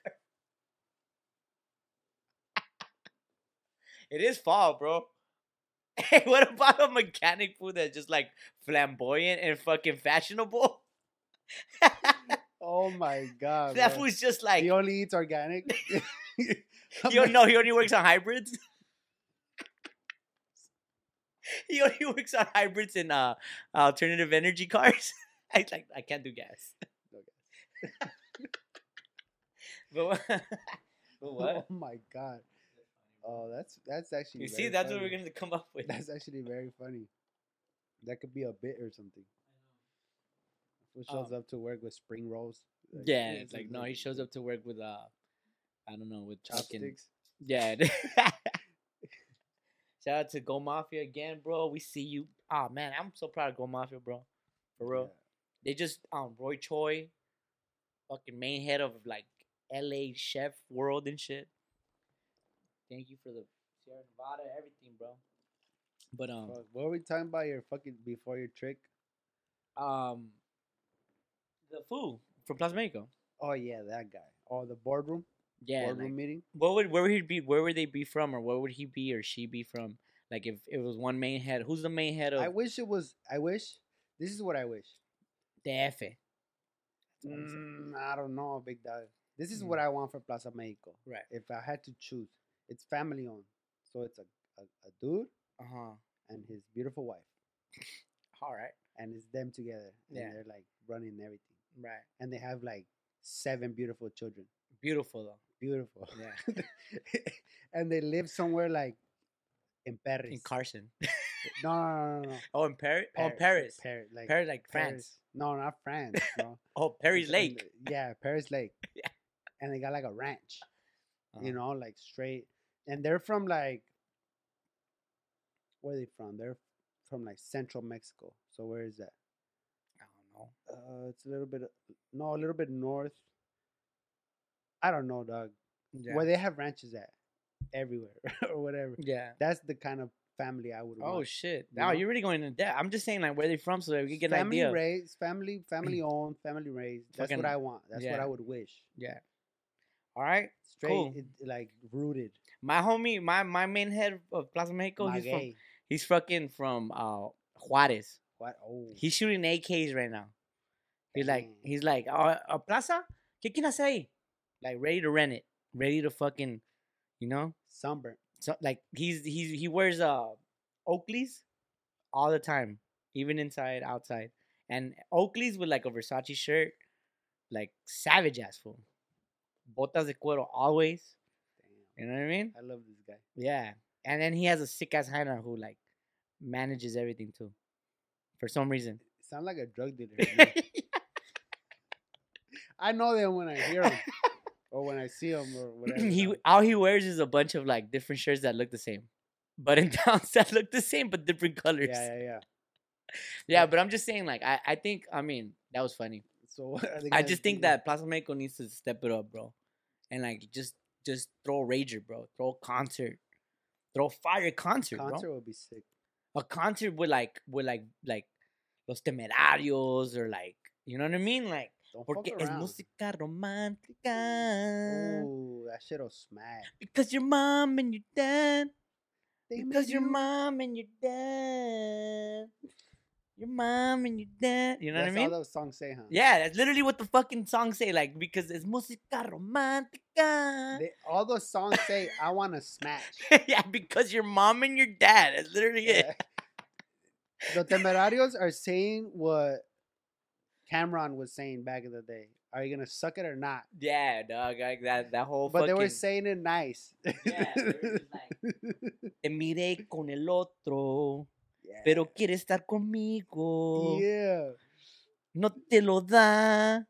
[SPEAKER 2] car. it is fall, bro. Hey, what about a mechanic fool that's just like flamboyant and fucking fashionable?
[SPEAKER 3] Oh my god.
[SPEAKER 2] that
[SPEAKER 3] bro.
[SPEAKER 2] fool's just like
[SPEAKER 3] he only eats organic.
[SPEAKER 2] you know he only works on hybrids. he only works on hybrids and uh alternative energy cars. I like I can't do gas.
[SPEAKER 3] No
[SPEAKER 2] but, but what?
[SPEAKER 3] Oh my god. Oh, that's that's actually.
[SPEAKER 2] You see,
[SPEAKER 3] very
[SPEAKER 2] that's what we're
[SPEAKER 3] funny.
[SPEAKER 2] gonna come up with.
[SPEAKER 3] That's actually very funny. That could be a bit or something. Who shows up to work with spring rolls?
[SPEAKER 2] Um, yeah, it's like no, he shows up to work with uh, I don't know, with fucking
[SPEAKER 3] chopsticks.
[SPEAKER 2] yeah. Shout out to Go Mafia again, bro. We see you. Oh man, I'm so proud of Go Mafia, bro. For real, they just um Roy Choi, fucking main head of like L.A. chef world and shit. Thank you for the Sierra Nevada, everything, bro. But
[SPEAKER 3] Yeah.
[SPEAKER 2] um,
[SPEAKER 3] Fuck, What were we talking about? Your fucking before your trick.
[SPEAKER 2] um, the fool from Plaza Mexico.
[SPEAKER 3] Oh yeah, that guy. Oh, the boardroom
[SPEAKER 2] Yeah, like-
[SPEAKER 3] boardroom meeting.
[SPEAKER 2] what would where would he be where would they be from or where would he be or she be from like if it was one main head who's the main head of
[SPEAKER 3] I wish it was. I wish. This is what I wish.
[SPEAKER 2] the F what I'm
[SPEAKER 3] Mm, I don't know, big dog. This is what I want for Plaza Mexico.
[SPEAKER 2] Mm. Right.
[SPEAKER 3] If I had to choose, it's family owned, so it's a a, a dude
[SPEAKER 2] uh-huh
[SPEAKER 3] and his beautiful wife.
[SPEAKER 2] all right
[SPEAKER 3] and it's them together and
[SPEAKER 2] Yeah.
[SPEAKER 3] they're like running everything
[SPEAKER 2] right
[SPEAKER 3] and they have like seven beautiful children
[SPEAKER 2] beautiful though
[SPEAKER 3] beautiful
[SPEAKER 2] yeah
[SPEAKER 3] and they live somewhere like in paris
[SPEAKER 2] in Carson
[SPEAKER 3] no no no no, no.
[SPEAKER 2] oh in Paris oh Paris Paris,
[SPEAKER 3] paris like
[SPEAKER 2] like
[SPEAKER 3] Paris.
[SPEAKER 2] France
[SPEAKER 3] no not france no
[SPEAKER 2] oh Paris
[SPEAKER 3] It's in
[SPEAKER 2] Lake
[SPEAKER 3] the- yeah paris lake
[SPEAKER 2] Yeah.
[SPEAKER 3] and they got like a ranch
[SPEAKER 2] Uh-huh.
[SPEAKER 3] you know like straight and they're from like where are they from they're from like central mexico so where is that
[SPEAKER 2] I don't know
[SPEAKER 3] Uh, it's a little bit no, a little bit north. I don't know, dog.
[SPEAKER 2] yeah
[SPEAKER 3] Where they have ranches at, everywhere or whatever.
[SPEAKER 2] yeah
[SPEAKER 3] That's the kind of family I would
[SPEAKER 2] oh
[SPEAKER 3] want.
[SPEAKER 2] shit
[SPEAKER 3] you
[SPEAKER 2] now
[SPEAKER 3] know?
[SPEAKER 2] you're really going into depth I'm just saying like where they from so that we can get an
[SPEAKER 3] family
[SPEAKER 2] idea
[SPEAKER 3] raised, family, family owned, family raised. That's
[SPEAKER 2] Fucking-
[SPEAKER 3] what I want. That's what
[SPEAKER 2] yeah.
[SPEAKER 3] I would wish.
[SPEAKER 2] all right
[SPEAKER 3] Straight,
[SPEAKER 2] Cool.
[SPEAKER 3] it, like rooted.
[SPEAKER 2] my homie my my main head of Plaza Mexico he's from
[SPEAKER 3] Maguey.
[SPEAKER 2] he's fucking from uh Juarez
[SPEAKER 3] What? Oh,
[SPEAKER 2] He's shooting AKs right now. He's like, "Ah,
[SPEAKER 3] Dang.
[SPEAKER 2] he's like, oh, a plaza? ¿Qué quieres ahí? Like, ready to rent it. ready to fucking, you know,
[SPEAKER 3] Sunburn.
[SPEAKER 2] so like he's he's he wears uh Oakleys all the time, even inside, outside, and Oakleys with like a Versace shirt, like savage ass fool, botas de cuero always. You know what I mean?
[SPEAKER 3] I love this guy.
[SPEAKER 2] Yeah, and then he has a sick ass hyena who like manages everything too, for some reason.
[SPEAKER 3] Sound like a drug dealer. you know? I know them when I hear them or when I see them or whatever.
[SPEAKER 2] he
[SPEAKER 3] sound.
[SPEAKER 2] all he wears is a bunch of like different shirts that look the same, button downs that look the same but different
[SPEAKER 3] yeah,
[SPEAKER 2] colors.
[SPEAKER 3] yeah, yeah.
[SPEAKER 2] yeah,
[SPEAKER 3] Yeah.
[SPEAKER 2] but I'm just saying, like, I, I think, I mean, that was funny.
[SPEAKER 3] So what are they
[SPEAKER 2] I
[SPEAKER 3] gonna
[SPEAKER 2] just think
[SPEAKER 3] do?
[SPEAKER 2] that Plaza Mexico needs to step it up, bro, and like just just throw a rager, bro. Throw a concert, throw a fire concert,
[SPEAKER 3] concert
[SPEAKER 2] bro.
[SPEAKER 3] would be sick.
[SPEAKER 2] A concert with like with like like los temerarios or like you know what I mean, like
[SPEAKER 3] Don't fuck
[SPEAKER 2] porque es
[SPEAKER 3] around.
[SPEAKER 2] música romántica.
[SPEAKER 3] Ooh, that shit'll smack.
[SPEAKER 2] Because your mom and your dad.
[SPEAKER 3] They
[SPEAKER 2] Because
[SPEAKER 3] made
[SPEAKER 2] your
[SPEAKER 3] you-
[SPEAKER 2] mom and your dad. Your mom and your dad. You know
[SPEAKER 3] That's
[SPEAKER 2] what I mean?
[SPEAKER 3] all those songs say, huh?
[SPEAKER 2] Yeah, that's literally what the fucking song say, like because it's música romántica.
[SPEAKER 3] They, all those songs say, "I want to smash."
[SPEAKER 2] yeah, because your mom and your dad. That's literally it.
[SPEAKER 3] Yeah. the Temerarios are saying what Cameron was saying back in the day. Are you gonna suck it or not?
[SPEAKER 2] Yeah, dog. Like that. That whole.
[SPEAKER 3] But they were
[SPEAKER 2] Oh, fucking-
[SPEAKER 3] saying it nice.
[SPEAKER 2] Yeah, they were just like, Te miré con el otro,
[SPEAKER 3] Yeah.
[SPEAKER 2] pero quiere estar conmigo.
[SPEAKER 3] Eh. yeah.
[SPEAKER 2] No te lo da.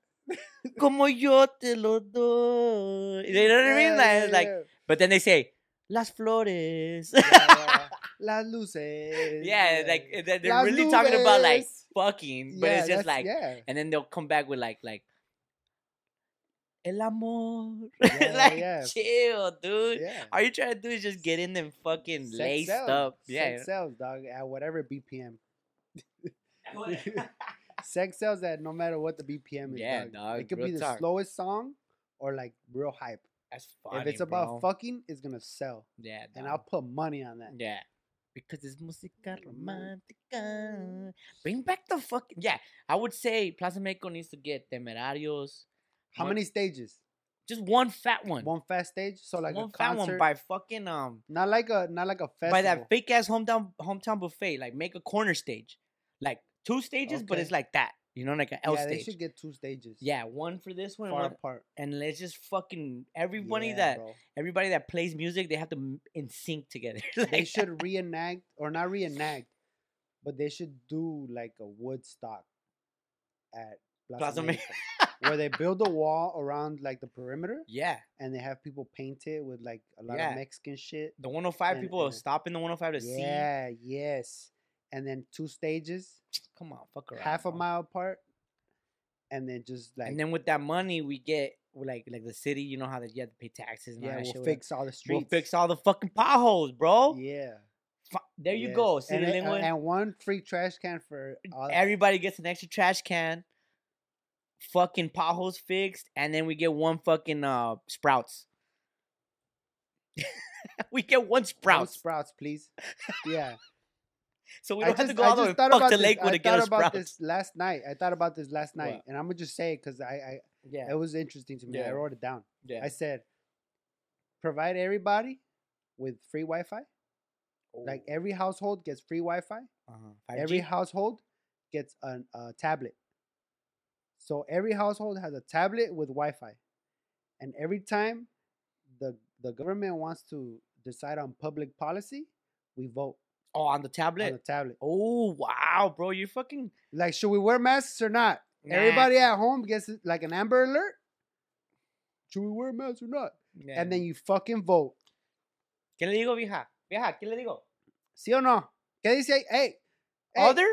[SPEAKER 2] Como yo te lo doy. You know what I mean? Like,
[SPEAKER 3] Yeah,
[SPEAKER 2] it's like,
[SPEAKER 3] yeah,
[SPEAKER 2] but then they say, las flores.
[SPEAKER 3] yeah. Las luces.
[SPEAKER 2] yeah, like they- they're,
[SPEAKER 3] Las
[SPEAKER 2] really talking about like
[SPEAKER 3] nubes.
[SPEAKER 2] fucking, but
[SPEAKER 3] Yeah,
[SPEAKER 2] it's just
[SPEAKER 3] that's-
[SPEAKER 2] like,
[SPEAKER 3] yeah.
[SPEAKER 2] and then they'll come back with like like el amor,
[SPEAKER 3] Yeah,
[SPEAKER 2] like
[SPEAKER 3] yeah.
[SPEAKER 2] chill, dude.
[SPEAKER 3] yeah.
[SPEAKER 2] All you trying to do is just get in and fucking
[SPEAKER 3] Sex
[SPEAKER 2] laced
[SPEAKER 3] sells.
[SPEAKER 2] up, yeah.
[SPEAKER 3] Sex sells, dog, at whatever BPM.
[SPEAKER 2] Oh,
[SPEAKER 3] Sex sells at no matter what the BPM is.
[SPEAKER 2] Yeah,
[SPEAKER 3] dog.
[SPEAKER 2] dog,
[SPEAKER 3] It could
[SPEAKER 2] real
[SPEAKER 3] be the
[SPEAKER 2] talk.
[SPEAKER 3] slowest song or like real hype.
[SPEAKER 2] That's funny.
[SPEAKER 3] if it's
[SPEAKER 2] bro.
[SPEAKER 3] about fucking, it's gonna sell,
[SPEAKER 2] yeah,
[SPEAKER 3] and
[SPEAKER 2] dog.
[SPEAKER 3] I'll put money on that.
[SPEAKER 2] yeah. Because it's música
[SPEAKER 3] Mm.
[SPEAKER 2] romántica. Bring back the fucking yeah. I would say Plaza Mexico needs to get Temerarios.
[SPEAKER 3] How
[SPEAKER 2] One-
[SPEAKER 3] many stages?
[SPEAKER 2] Just one fat one.
[SPEAKER 3] One fast stage, so like
[SPEAKER 2] one
[SPEAKER 3] a
[SPEAKER 2] fat
[SPEAKER 3] concert,
[SPEAKER 2] one by fucking um
[SPEAKER 3] not like a not like a festival.
[SPEAKER 2] by that fake ass hometown hometown buffet. Like make a corner stage, like two stages, but it's
[SPEAKER 3] Okay.
[SPEAKER 2] like that. You know, like an L
[SPEAKER 3] yeah, they
[SPEAKER 2] stage.
[SPEAKER 3] should get two stages.
[SPEAKER 2] yeah, one for this one, and
[SPEAKER 3] far
[SPEAKER 2] one-
[SPEAKER 3] apart.
[SPEAKER 2] and let's just fucking everybody
[SPEAKER 3] Yeah,
[SPEAKER 2] that
[SPEAKER 3] bro.
[SPEAKER 2] everybody that plays music, they have to m- in sync together. like,
[SPEAKER 3] they should reenact or not reenact, but they should do like a Woodstock at
[SPEAKER 2] Plaza
[SPEAKER 3] Plaza
[SPEAKER 2] Me-
[SPEAKER 3] Mexico, where they build a wall around like the perimeter
[SPEAKER 2] Yeah,
[SPEAKER 3] and they have people paint it with like a lot
[SPEAKER 2] Yeah.
[SPEAKER 3] of Mexican shit.
[SPEAKER 2] the 105
[SPEAKER 3] And-
[SPEAKER 2] people
[SPEAKER 3] and-
[SPEAKER 2] stop in the 105 to see.
[SPEAKER 3] Yeah, yes, and then two stages.
[SPEAKER 2] Come on, fuck around.
[SPEAKER 3] half a
[SPEAKER 2] bro.
[SPEAKER 3] mile apart, and then just like
[SPEAKER 2] and then with that money, we get like like the city. You know how they, you have to pay taxes. And all
[SPEAKER 3] yeah,
[SPEAKER 2] that
[SPEAKER 3] we'll
[SPEAKER 2] shit, whatever.
[SPEAKER 3] fix all the
[SPEAKER 2] We'll
[SPEAKER 3] streets.
[SPEAKER 2] fix all the fucking potholes, bro.
[SPEAKER 3] Yeah,
[SPEAKER 2] Fu- There you
[SPEAKER 3] yes.
[SPEAKER 2] go. City
[SPEAKER 3] and, it-
[SPEAKER 2] Lingua.
[SPEAKER 3] uh, and one free trash can for all.
[SPEAKER 2] Everybody gets an extra trash can. Fucking potholes fixed, and then we get one fucking uh sprouts. we get one
[SPEAKER 3] one
[SPEAKER 2] sprouts,
[SPEAKER 3] sprouts, please. Yeah,
[SPEAKER 2] so we
[SPEAKER 3] I
[SPEAKER 2] don't have to
[SPEAKER 3] just-
[SPEAKER 2] go
[SPEAKER 3] I
[SPEAKER 2] all the
[SPEAKER 3] just
[SPEAKER 2] way
[SPEAKER 3] thought
[SPEAKER 2] fuck
[SPEAKER 3] about
[SPEAKER 2] to
[SPEAKER 3] this-
[SPEAKER 2] Lakewood
[SPEAKER 3] I
[SPEAKER 2] to get a
[SPEAKER 3] thought about
[SPEAKER 2] sprouts.
[SPEAKER 3] this last night. I thought about this last night,
[SPEAKER 2] What?
[SPEAKER 3] and I'm gonna just say because I, I
[SPEAKER 2] Yeah,
[SPEAKER 3] it was interesting to me.
[SPEAKER 2] Yeah.
[SPEAKER 3] I wrote it down.
[SPEAKER 2] yeah.
[SPEAKER 3] I said, provide everybody with free Wi-Fi. Like every household gets free Wi-Fi.
[SPEAKER 2] uh-huh.
[SPEAKER 3] every
[SPEAKER 2] 5G?
[SPEAKER 3] household gets an, a tablet. So every household has a tablet with Wi-Fi, and every time the the government wants to decide on public policy, we vote
[SPEAKER 2] oh on the tablet.
[SPEAKER 3] on the tablet.
[SPEAKER 2] oh wow, bro, you're fucking
[SPEAKER 3] Like, should we wear masks or not?
[SPEAKER 2] Nah.
[SPEAKER 3] Everybody at home gets it- like an Amber Alert. Should we wear masks or not?
[SPEAKER 2] Yeah.
[SPEAKER 3] And then you fucking vote.
[SPEAKER 2] ¿Qué le digo, vieja? Vieja, ¿qué le digo?
[SPEAKER 3] Sí o no? ¿Qué dice ahí? Hey, hey,
[SPEAKER 2] Other,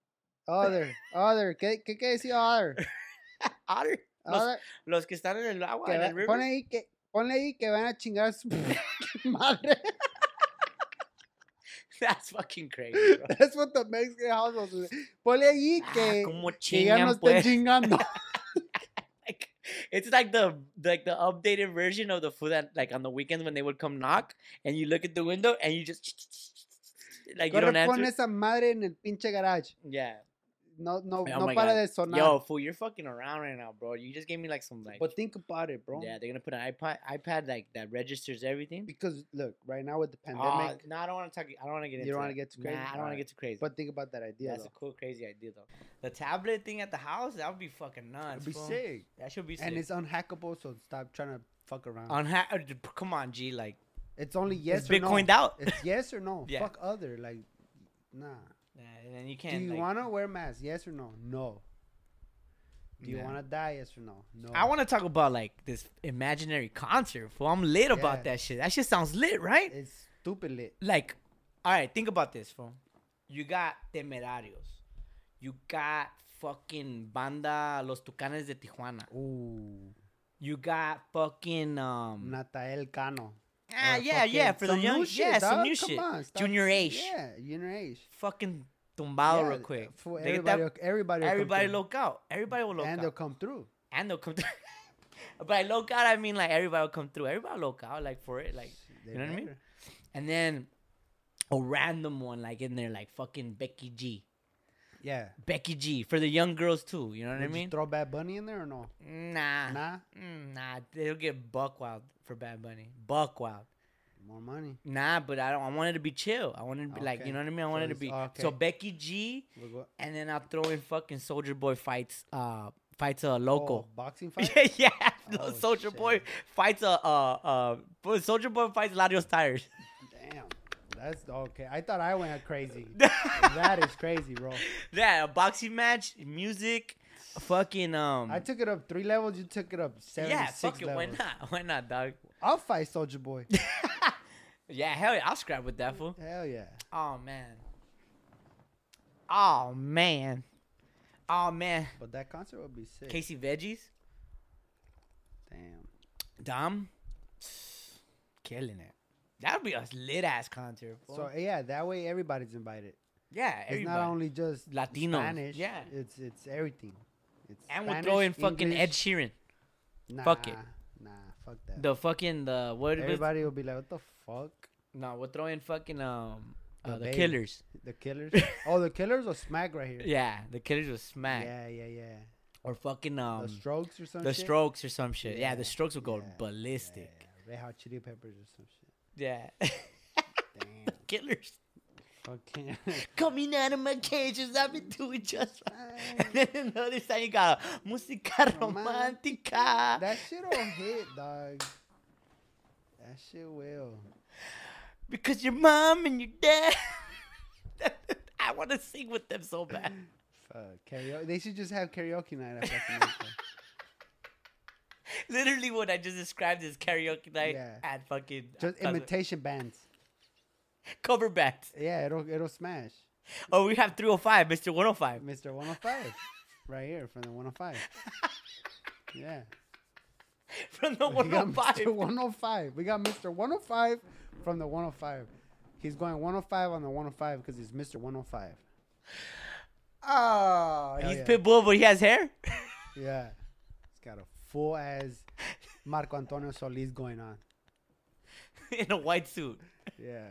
[SPEAKER 3] other, other. ¿Qué, qué, qué decía other?
[SPEAKER 2] other. Los,
[SPEAKER 3] Other.
[SPEAKER 2] los que están en el agua,
[SPEAKER 3] que
[SPEAKER 2] en
[SPEAKER 3] va-
[SPEAKER 2] el river.
[SPEAKER 3] ponle ahí que ponle ahí que van a chingar a su madre.
[SPEAKER 2] That's fucking crazy, bro.
[SPEAKER 3] That's what the Mexican households do. Ponle ahí
[SPEAKER 2] Ah,
[SPEAKER 3] que,
[SPEAKER 2] ¿Cómo
[SPEAKER 3] que ya no
[SPEAKER 2] chingan,
[SPEAKER 3] estén
[SPEAKER 2] pues?
[SPEAKER 3] chingando.
[SPEAKER 2] like it's like the like the updated version of the food that like on the weekends when they would come knock and you look at the window and you just like you don't
[SPEAKER 3] Corre, pon
[SPEAKER 2] answer.
[SPEAKER 3] esa madre en el pinche garage.
[SPEAKER 2] Yeah,
[SPEAKER 3] no, no,
[SPEAKER 2] Oh
[SPEAKER 3] no
[SPEAKER 2] my
[SPEAKER 3] para
[SPEAKER 2] God.
[SPEAKER 3] de sonar.
[SPEAKER 2] Yo, fool, you're fucking around right now, bro. You just gave me like some like.
[SPEAKER 3] but think about it, bro.
[SPEAKER 2] yeah, they're gonna put an iPod, iPad like that registers everything.
[SPEAKER 3] Because look, right now with the
[SPEAKER 2] Ah,
[SPEAKER 3] pandemic,
[SPEAKER 2] no, I don't want to talk. I don't want to get
[SPEAKER 3] You
[SPEAKER 2] into.
[SPEAKER 3] don't wanna
[SPEAKER 2] that.
[SPEAKER 3] get too
[SPEAKER 2] Nah,
[SPEAKER 3] crazy?
[SPEAKER 2] I don't want to
[SPEAKER 3] Alright.
[SPEAKER 2] get too crazy.
[SPEAKER 3] but think about that idea.
[SPEAKER 2] that's
[SPEAKER 3] though.
[SPEAKER 2] a cool, crazy idea though. The tablet thing at the house that would be fucking nuts.
[SPEAKER 3] It'd be
[SPEAKER 2] fool.
[SPEAKER 3] sick.
[SPEAKER 2] That should be sick.
[SPEAKER 3] And it's unhackable, so stop trying to fuck around.
[SPEAKER 2] Unha- uh, d- p- come on, G. Like
[SPEAKER 3] it's only yes
[SPEAKER 2] it's
[SPEAKER 3] or no.
[SPEAKER 2] Bitcoined out.
[SPEAKER 3] It's yes or no.
[SPEAKER 2] Yeah.
[SPEAKER 3] Fuck other. Like, nah.
[SPEAKER 2] Nah, and then you
[SPEAKER 3] Do
[SPEAKER 2] can't.
[SPEAKER 3] you
[SPEAKER 2] like-
[SPEAKER 3] want to wear masks? Yes or no? No. Do you
[SPEAKER 2] Nah.
[SPEAKER 3] want to die? Yes or no? No.
[SPEAKER 2] I want to talk about like this imaginary concert. Fool, I'm lit about
[SPEAKER 3] Yeah.
[SPEAKER 2] that shit. That shit sounds lit, right?
[SPEAKER 3] It's stupid lit.
[SPEAKER 2] like, all right, think about this, fool. You got Temerarios. You got fucking Banda Los Tucanes de Tijuana.
[SPEAKER 3] Ooh.
[SPEAKER 2] You got fucking um.
[SPEAKER 3] Natael Cano.
[SPEAKER 2] ah,
[SPEAKER 3] Or
[SPEAKER 2] yeah, yeah,
[SPEAKER 3] fucking
[SPEAKER 2] for the
[SPEAKER 3] some
[SPEAKER 2] young,
[SPEAKER 3] new
[SPEAKER 2] yeah, some
[SPEAKER 3] dog.
[SPEAKER 2] new
[SPEAKER 3] Come
[SPEAKER 2] shit.
[SPEAKER 3] on, stop-
[SPEAKER 2] Junior H.
[SPEAKER 3] Yeah, Junior H.
[SPEAKER 2] Fucking tumbado
[SPEAKER 3] Yeah,
[SPEAKER 2] real quick.
[SPEAKER 3] fool,
[SPEAKER 2] They get that-
[SPEAKER 3] everybody, everybody, will come
[SPEAKER 2] everybody
[SPEAKER 3] through.
[SPEAKER 2] look out. Everybody will look
[SPEAKER 3] and
[SPEAKER 2] out.
[SPEAKER 3] they'll come through.
[SPEAKER 2] and they'll come through. By look out, I mean like everybody will come through. Everybody look out like for it, like
[SPEAKER 3] They
[SPEAKER 2] you know what I mean.
[SPEAKER 3] better.
[SPEAKER 2] And then a random one like in there, like fucking Becky G,
[SPEAKER 3] Yeah.
[SPEAKER 2] Becky G for the young girls too. You know what I
[SPEAKER 3] Would you
[SPEAKER 2] mean? Ah.
[SPEAKER 3] throw Bad Bunny in there or no?
[SPEAKER 2] nah, nah,
[SPEAKER 3] Nah,
[SPEAKER 2] nah. They'll get buck wild for Bad Bunny. Buck wild.
[SPEAKER 3] more money.
[SPEAKER 2] Nah, but I don't. I wanted to be chill. I wanted to be like you
[SPEAKER 3] Okay.
[SPEAKER 2] know what I mean. I
[SPEAKER 3] So
[SPEAKER 2] wanted to
[SPEAKER 3] it's-
[SPEAKER 2] be
[SPEAKER 3] okay.
[SPEAKER 2] so Becky G,
[SPEAKER 3] We'll go-
[SPEAKER 2] and then I'll throw in fucking Soldier Boy fights. Uh, fights a
[SPEAKER 3] Oh,
[SPEAKER 2] local.
[SPEAKER 3] boxing fight.
[SPEAKER 2] Yeah, yeah.
[SPEAKER 3] Oh,
[SPEAKER 2] Soldier Boy
[SPEAKER 3] shit.
[SPEAKER 2] fights a uh uh Soldier Boy fights Latios tires.
[SPEAKER 3] Damn, that's okay. I thought I went crazy. that is crazy, bro.
[SPEAKER 2] yeah, a boxing match, music, fucking um.
[SPEAKER 3] I took it up three levels. You took it up seven.
[SPEAKER 2] yeah,
[SPEAKER 3] six
[SPEAKER 2] fuck it. Why
[SPEAKER 3] levels.
[SPEAKER 2] not? Why not, dog?
[SPEAKER 3] I'll fight Soldier Boy.
[SPEAKER 2] yeah, hell yeah, I'll scrap with that fool.
[SPEAKER 3] Hell yeah.
[SPEAKER 2] Oh man. Oh man. Oh man.
[SPEAKER 3] But that concert would be sick.
[SPEAKER 2] Casey Veggies,
[SPEAKER 3] Damn.
[SPEAKER 2] Dom, killing it. That'd be a lit ass concert. fool.
[SPEAKER 3] So yeah, that way everybody's invited.
[SPEAKER 2] yeah,
[SPEAKER 3] It's
[SPEAKER 2] everybody.
[SPEAKER 3] not only just
[SPEAKER 2] Latinos,
[SPEAKER 3] Spanish.
[SPEAKER 2] yeah.
[SPEAKER 3] it's it's everything. It's
[SPEAKER 2] and we'll
[SPEAKER 3] Spanish,
[SPEAKER 2] throw in fucking
[SPEAKER 3] English.
[SPEAKER 2] Ed Sheeran.
[SPEAKER 3] Nah,
[SPEAKER 2] fuck it.
[SPEAKER 3] Nah, fuck that.
[SPEAKER 2] The fucking the what? was-
[SPEAKER 3] Everybody will be like, what the fuck?
[SPEAKER 2] No, we'll throw in fucking um uh,
[SPEAKER 3] The
[SPEAKER 2] the
[SPEAKER 3] Babe.
[SPEAKER 2] killers.
[SPEAKER 3] The Killers. oh, the Killers are smack right here.
[SPEAKER 2] Yeah, the killers was smack
[SPEAKER 3] yeah, yeah, yeah.
[SPEAKER 2] or fucking um
[SPEAKER 3] the Strokes or
[SPEAKER 2] the,
[SPEAKER 3] something.
[SPEAKER 2] strokes or some shit. Yeah,
[SPEAKER 3] Yeah,
[SPEAKER 2] the strokes would go
[SPEAKER 3] yeah, Yeah,
[SPEAKER 2] ballistic.
[SPEAKER 3] Red Hot Chili Peppers or some shit.
[SPEAKER 2] Yeah,
[SPEAKER 3] Damn.
[SPEAKER 2] killers
[SPEAKER 3] fucking.
[SPEAKER 2] coming out of my cages. I've been doing just fine. And then the other side you got música romantica.
[SPEAKER 3] that shit will hit, dog. That shit will.
[SPEAKER 2] because your mom and your dad. I want to sing with them so bad.
[SPEAKER 3] Fuck. Karaoke. They should just have karaoke night at fucking Lakeside.
[SPEAKER 2] Literally, what I just described is karaoke night
[SPEAKER 3] Yeah.
[SPEAKER 2] at fucking
[SPEAKER 3] Just
[SPEAKER 2] uh,
[SPEAKER 3] imitation bands.
[SPEAKER 2] cover bands.
[SPEAKER 3] Yeah, it'll it'll smash.
[SPEAKER 2] Oh, we have 305, Mr. 105.
[SPEAKER 3] Mr. 105. right here from the 105. Yeah.
[SPEAKER 2] From the
[SPEAKER 3] We got
[SPEAKER 2] 105.
[SPEAKER 3] Mr. 105. We got Mr. 105 from the 105. He's going 105 on the 105 because he's Mr. 105.
[SPEAKER 2] Oh,
[SPEAKER 3] Hell
[SPEAKER 2] he's
[SPEAKER 3] yeah.
[SPEAKER 2] Pitbull, but he has hair?
[SPEAKER 3] Yeah. He's got a full ass Marco Antonio Solis going on.
[SPEAKER 2] In a white suit.
[SPEAKER 3] Yeah.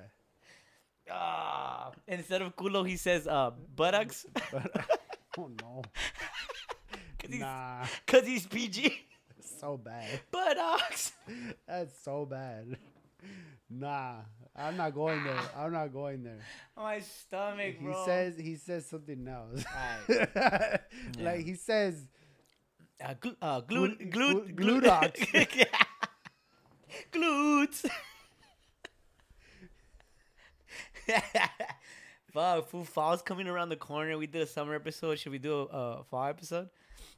[SPEAKER 2] Ah, instead of culo, he says uh, buttocks.
[SPEAKER 3] But, oh no.
[SPEAKER 2] Because he's,
[SPEAKER 3] Nah.
[SPEAKER 2] 'cause he's PG.
[SPEAKER 3] So bad.
[SPEAKER 2] buttocks.
[SPEAKER 3] That's so bad. Nah. I'm not going there. I'm not going there.
[SPEAKER 2] My stomach,
[SPEAKER 3] He
[SPEAKER 2] bro.
[SPEAKER 3] says he says something else.
[SPEAKER 2] Alright.
[SPEAKER 3] Like he says
[SPEAKER 2] Uh, gl- uh, glute,
[SPEAKER 3] Glu-
[SPEAKER 2] glute,
[SPEAKER 3] glu-
[SPEAKER 2] glute. Yeah. Glutes. Fuck, food fall's coming around the corner. We did a summer episode. Should we do a, a fall episode?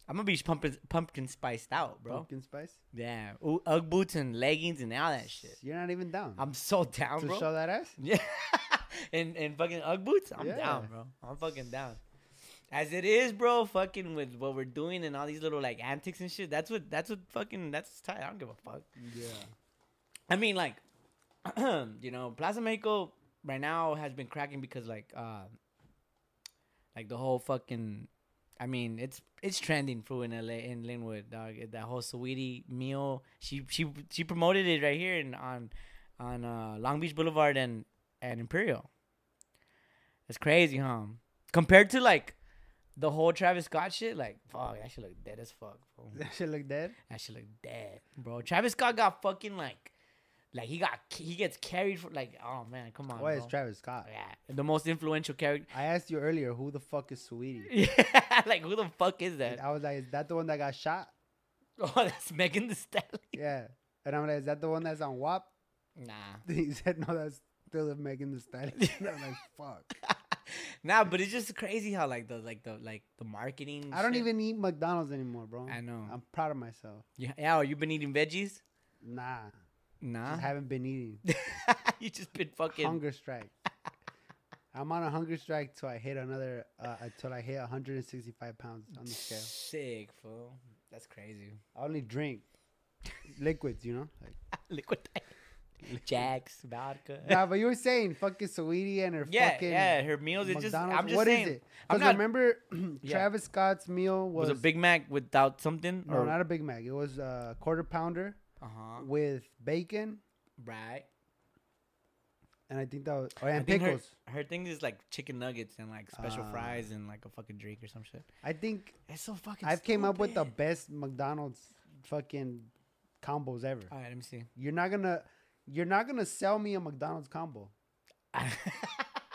[SPEAKER 2] I'm gonna be pumpkin, pumpkin spiced out, bro.
[SPEAKER 3] pumpkin spice.
[SPEAKER 2] Yeah, Ooh, Ugg boots and leggings and all that shit.
[SPEAKER 3] You're not even down.
[SPEAKER 2] I'm so down,
[SPEAKER 3] to
[SPEAKER 2] bro.
[SPEAKER 3] show that ass?
[SPEAKER 2] Yeah, and and fucking Ugg boots. I'm
[SPEAKER 3] Yeah.
[SPEAKER 2] down, bro. I'm fucking down. As it is, bro. Fucking with what we're doing and all these little like antics and shit. That's what. That's what fucking. That's tight. I don't give a fuck.
[SPEAKER 3] Yeah.
[SPEAKER 2] I mean, like, you know, Plaza Mexico right now has been cracking because like, uh, like the whole fucking. I mean, it's it's trending through in LA in Linwood, dog. That whole sweetie meal. She she she promoted it right here in on on uh, Long Beach Boulevard and and Imperial. It's crazy, huh? Compared to like the whole Travis Scott shit, like fuck, that shit look dead as fuck. Bro.
[SPEAKER 3] That shit look dead.
[SPEAKER 2] That shit look dead, bro. Travis Scott got fucking like, like he got he gets carried for like, oh man, come on.
[SPEAKER 3] Why is
[SPEAKER 2] bro.
[SPEAKER 3] Travis Scott?
[SPEAKER 2] Yeah, the most influential character.
[SPEAKER 3] I asked you earlier, who the fuck is Sweetie?
[SPEAKER 2] Yeah, like who the fuck is that?
[SPEAKER 3] I was like, is that the one that got shot?
[SPEAKER 2] Oh, that's Megan Thee Stallion.
[SPEAKER 3] Yeah. And I'm like, is that the one that's on WAP?
[SPEAKER 2] Nah.
[SPEAKER 3] He said, no, that's still the Megan Thee Stallion. And I'm like, fuck.
[SPEAKER 2] nah, but it's just crazy how like the like the like the marketing.
[SPEAKER 3] I don't
[SPEAKER 2] shit-
[SPEAKER 3] even eat McDonald's anymore, bro.
[SPEAKER 2] I know.
[SPEAKER 3] I'm proud of myself.
[SPEAKER 2] Yeah, yeah. Oh, you've been eating veggies?
[SPEAKER 3] Nah,
[SPEAKER 2] Nah.
[SPEAKER 3] just haven't been eating.
[SPEAKER 2] you just been fucking.
[SPEAKER 3] Hunger strike. I'm on a hunger strike till I hit another, uh, until I hit 165 pounds on the scale.
[SPEAKER 2] Sick fool. That's crazy.
[SPEAKER 3] I only drink liquids, you know. Like,
[SPEAKER 2] Liquid. Jack's vodka.
[SPEAKER 3] nah, but you were saying fucking Sweetie and her
[SPEAKER 2] yeah,
[SPEAKER 3] fucking
[SPEAKER 2] yeah. Her meals. It's just.
[SPEAKER 3] McDonald's.
[SPEAKER 2] I'm just
[SPEAKER 3] What is
[SPEAKER 2] saying.
[SPEAKER 3] it?
[SPEAKER 2] I'm
[SPEAKER 3] Because
[SPEAKER 2] not-
[SPEAKER 3] remember, Travis Scott's meal was,
[SPEAKER 2] was, a Big Mac without something?
[SPEAKER 3] no, not a Big Mac. It was a quarter pounder
[SPEAKER 2] Uh huh.
[SPEAKER 3] with bacon,
[SPEAKER 2] Right.
[SPEAKER 3] and I think that was oh, and
[SPEAKER 2] I think
[SPEAKER 3] pickles.
[SPEAKER 2] Her, her thing is like chicken nuggets and like special
[SPEAKER 3] Ah.
[SPEAKER 2] fries and like a fucking drink or some shit.
[SPEAKER 3] I think
[SPEAKER 2] It's so fucking.
[SPEAKER 3] I've came up with the
[SPEAKER 2] stupid.
[SPEAKER 3] best McDonald's fucking combos ever.
[SPEAKER 2] All right, let me see.
[SPEAKER 3] You're not gonna, you're not gonna sell me a McDonald's combo.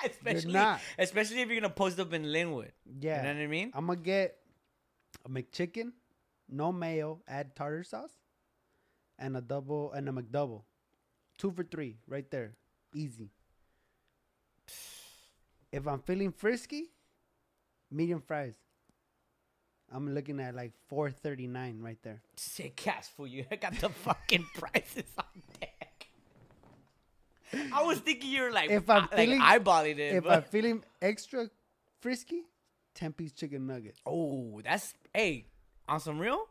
[SPEAKER 2] especially,
[SPEAKER 3] not.
[SPEAKER 2] especially if you're gonna post up in Linwood.
[SPEAKER 3] Yeah, Uh,
[SPEAKER 2] You know what I mean?
[SPEAKER 3] I'm gonna get a McChicken, no mayo, add tartar sauce, and a double and a McDouble. Two for three, right there, easy. If I'm feeling frisky, medium fries. I'm looking at like 4.39 right there.
[SPEAKER 2] Sick ass for you. I got the fucking prices on deck. I was thinking you were like,
[SPEAKER 3] If
[SPEAKER 2] if
[SPEAKER 3] I'm
[SPEAKER 2] I'm
[SPEAKER 3] feeling-
[SPEAKER 2] like eyeballing it.
[SPEAKER 3] If
[SPEAKER 2] but-
[SPEAKER 3] I'm feeling extra frisky, 10 piece chicken nuggets.
[SPEAKER 2] oh, that's hey on some real.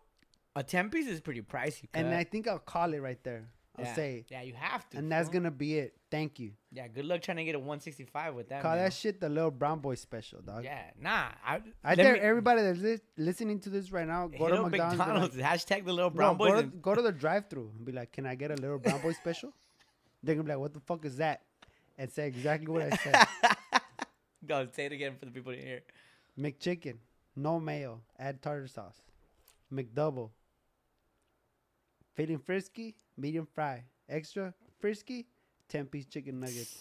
[SPEAKER 2] A ten piece is pretty pricey.
[SPEAKER 3] And
[SPEAKER 2] cuz.
[SPEAKER 3] I think I'll call it right there. I'll
[SPEAKER 2] yeah.
[SPEAKER 3] say,
[SPEAKER 2] yeah, you have to.
[SPEAKER 3] and that's
[SPEAKER 2] fool.
[SPEAKER 3] gonna be it. Thank you.
[SPEAKER 2] yeah. Good luck trying to get a one sixty five with that.
[SPEAKER 3] Call
[SPEAKER 2] meal.
[SPEAKER 3] that shit the little brown boy special, dog.
[SPEAKER 2] Yeah, nah. I,
[SPEAKER 3] I
[SPEAKER 2] let
[SPEAKER 3] dare
[SPEAKER 2] me-
[SPEAKER 3] everybody that's li- listening to this right now, go
[SPEAKER 2] hit
[SPEAKER 3] to
[SPEAKER 2] up
[SPEAKER 3] McDonald's. and be like-
[SPEAKER 2] McDonald's. Hashtag the little
[SPEAKER 3] No,
[SPEAKER 2] brown
[SPEAKER 3] go,
[SPEAKER 2] boys.
[SPEAKER 3] to,
[SPEAKER 2] and-
[SPEAKER 3] go to the drive-through and be like, "Can I get a little brown boy special?" They're gonna be like, "What the fuck is that?" And say exactly what I said:
[SPEAKER 2] Go say it again for the people to hear.
[SPEAKER 3] McChicken, no mayo, add tartar sauce, McDouble. Feeling frisky, medium fry, extra frisky, ten-piece chicken nuggets,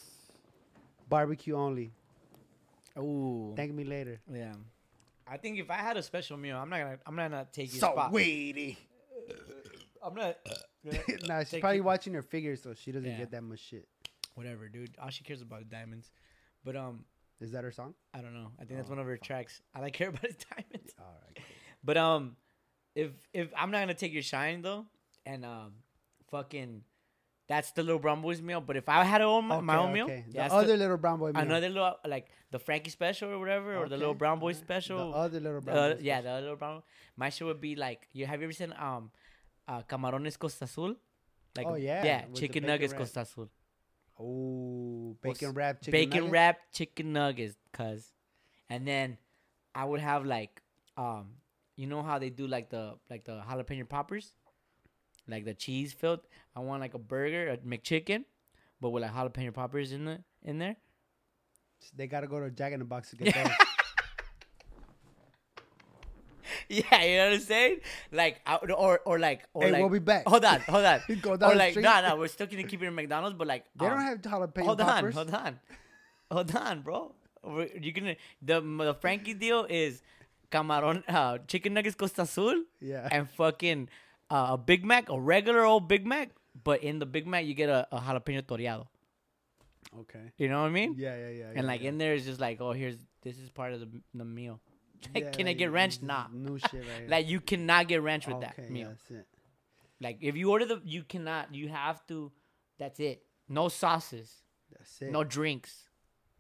[SPEAKER 3] barbecue only.
[SPEAKER 2] Ooh.
[SPEAKER 3] Thank me later.
[SPEAKER 2] Yeah. I think if I had a special meal, I'm not gonna I'm not gonna take your
[SPEAKER 3] So
[SPEAKER 2] spot.
[SPEAKER 3] weedy.
[SPEAKER 2] I'm not
[SPEAKER 3] nah, she's
[SPEAKER 2] Take
[SPEAKER 3] probably
[SPEAKER 2] your-
[SPEAKER 3] watching her figures, so she doesn't
[SPEAKER 2] Yeah.
[SPEAKER 3] get that much shit.
[SPEAKER 2] whatever, dude. All she cares about is diamonds. But um
[SPEAKER 3] Is that her song?
[SPEAKER 2] I don't know. I think that's
[SPEAKER 3] Oh,
[SPEAKER 2] one of her tracks. All I care about is diamonds.
[SPEAKER 3] All right.
[SPEAKER 2] But um if if I'm not gonna take your shine though, and um fucking that's the little brown boys meal. But if I had a own, my own meal,
[SPEAKER 3] The
[SPEAKER 2] that's the-
[SPEAKER 3] other little brown boy meal.
[SPEAKER 2] another little like the Frankie special or whatever, or the little
[SPEAKER 3] Okay,
[SPEAKER 2] brown boy
[SPEAKER 3] alright.
[SPEAKER 2] special.
[SPEAKER 3] The other little brown
[SPEAKER 2] Uh,
[SPEAKER 3] boy
[SPEAKER 2] yeah,
[SPEAKER 3] special.
[SPEAKER 2] the little brown. My shit would be like, you have you ever seen um, uh, camarones Costa Azul? Like,
[SPEAKER 3] Oh, yeah,
[SPEAKER 2] yeah,
[SPEAKER 3] with the
[SPEAKER 2] chicken
[SPEAKER 3] bacon
[SPEAKER 2] nuggets
[SPEAKER 3] wrap.
[SPEAKER 2] Costa Azul,
[SPEAKER 3] Oh,
[SPEAKER 2] What's-
[SPEAKER 3] bacon wrap chicken.
[SPEAKER 2] bacon
[SPEAKER 3] nuggets?
[SPEAKER 2] wrapped chicken nuggets, cause, and then I would have like um, you know how they do like the like the jalapeno poppers, like the cheese filled. I want like a burger, a McChicken, but with like jalapeno poppers in the in there.
[SPEAKER 3] They gotta go to Jack in the Box to get those.
[SPEAKER 2] Yeah, you know what I'm saying? Like, I- or or like, or
[SPEAKER 3] Hey,
[SPEAKER 2] like,
[SPEAKER 3] we'll be back.
[SPEAKER 2] Hold on, hold on.
[SPEAKER 3] You go down
[SPEAKER 2] or
[SPEAKER 3] the
[SPEAKER 2] like,
[SPEAKER 3] street.
[SPEAKER 2] no, no, we're still gonna keep it in McDonald's, but like,
[SPEAKER 3] They
[SPEAKER 2] um,
[SPEAKER 3] don't have jalapeno
[SPEAKER 2] Hold
[SPEAKER 3] poppers.
[SPEAKER 2] on, hold on, hold on, bro. We're, you're gonna the the Frankie deal is camarón, uh, chicken nuggets Costa Azul,
[SPEAKER 3] Yeah.
[SPEAKER 2] and fucking uh, a Big Mac, a regular old Big Mac, but in the Big Mac you get a, a jalapeno toreado.
[SPEAKER 3] Okay.
[SPEAKER 2] You know what I mean?
[SPEAKER 3] Yeah, yeah, yeah.
[SPEAKER 2] And like
[SPEAKER 3] yeah.
[SPEAKER 2] in there is just like, oh, here's this is part of the the meal. Like,
[SPEAKER 3] Yeah,
[SPEAKER 2] can I
[SPEAKER 3] like,
[SPEAKER 2] get ranch?
[SPEAKER 3] this is
[SPEAKER 2] Nah.
[SPEAKER 3] New shit right here.
[SPEAKER 2] Like you cannot get ranch with
[SPEAKER 3] Okay,
[SPEAKER 2] that meal.
[SPEAKER 3] yeah, that's it.
[SPEAKER 2] Like if you order the, you cannot. You have to. That's it. No sauces.
[SPEAKER 3] That's it.
[SPEAKER 2] No drinks.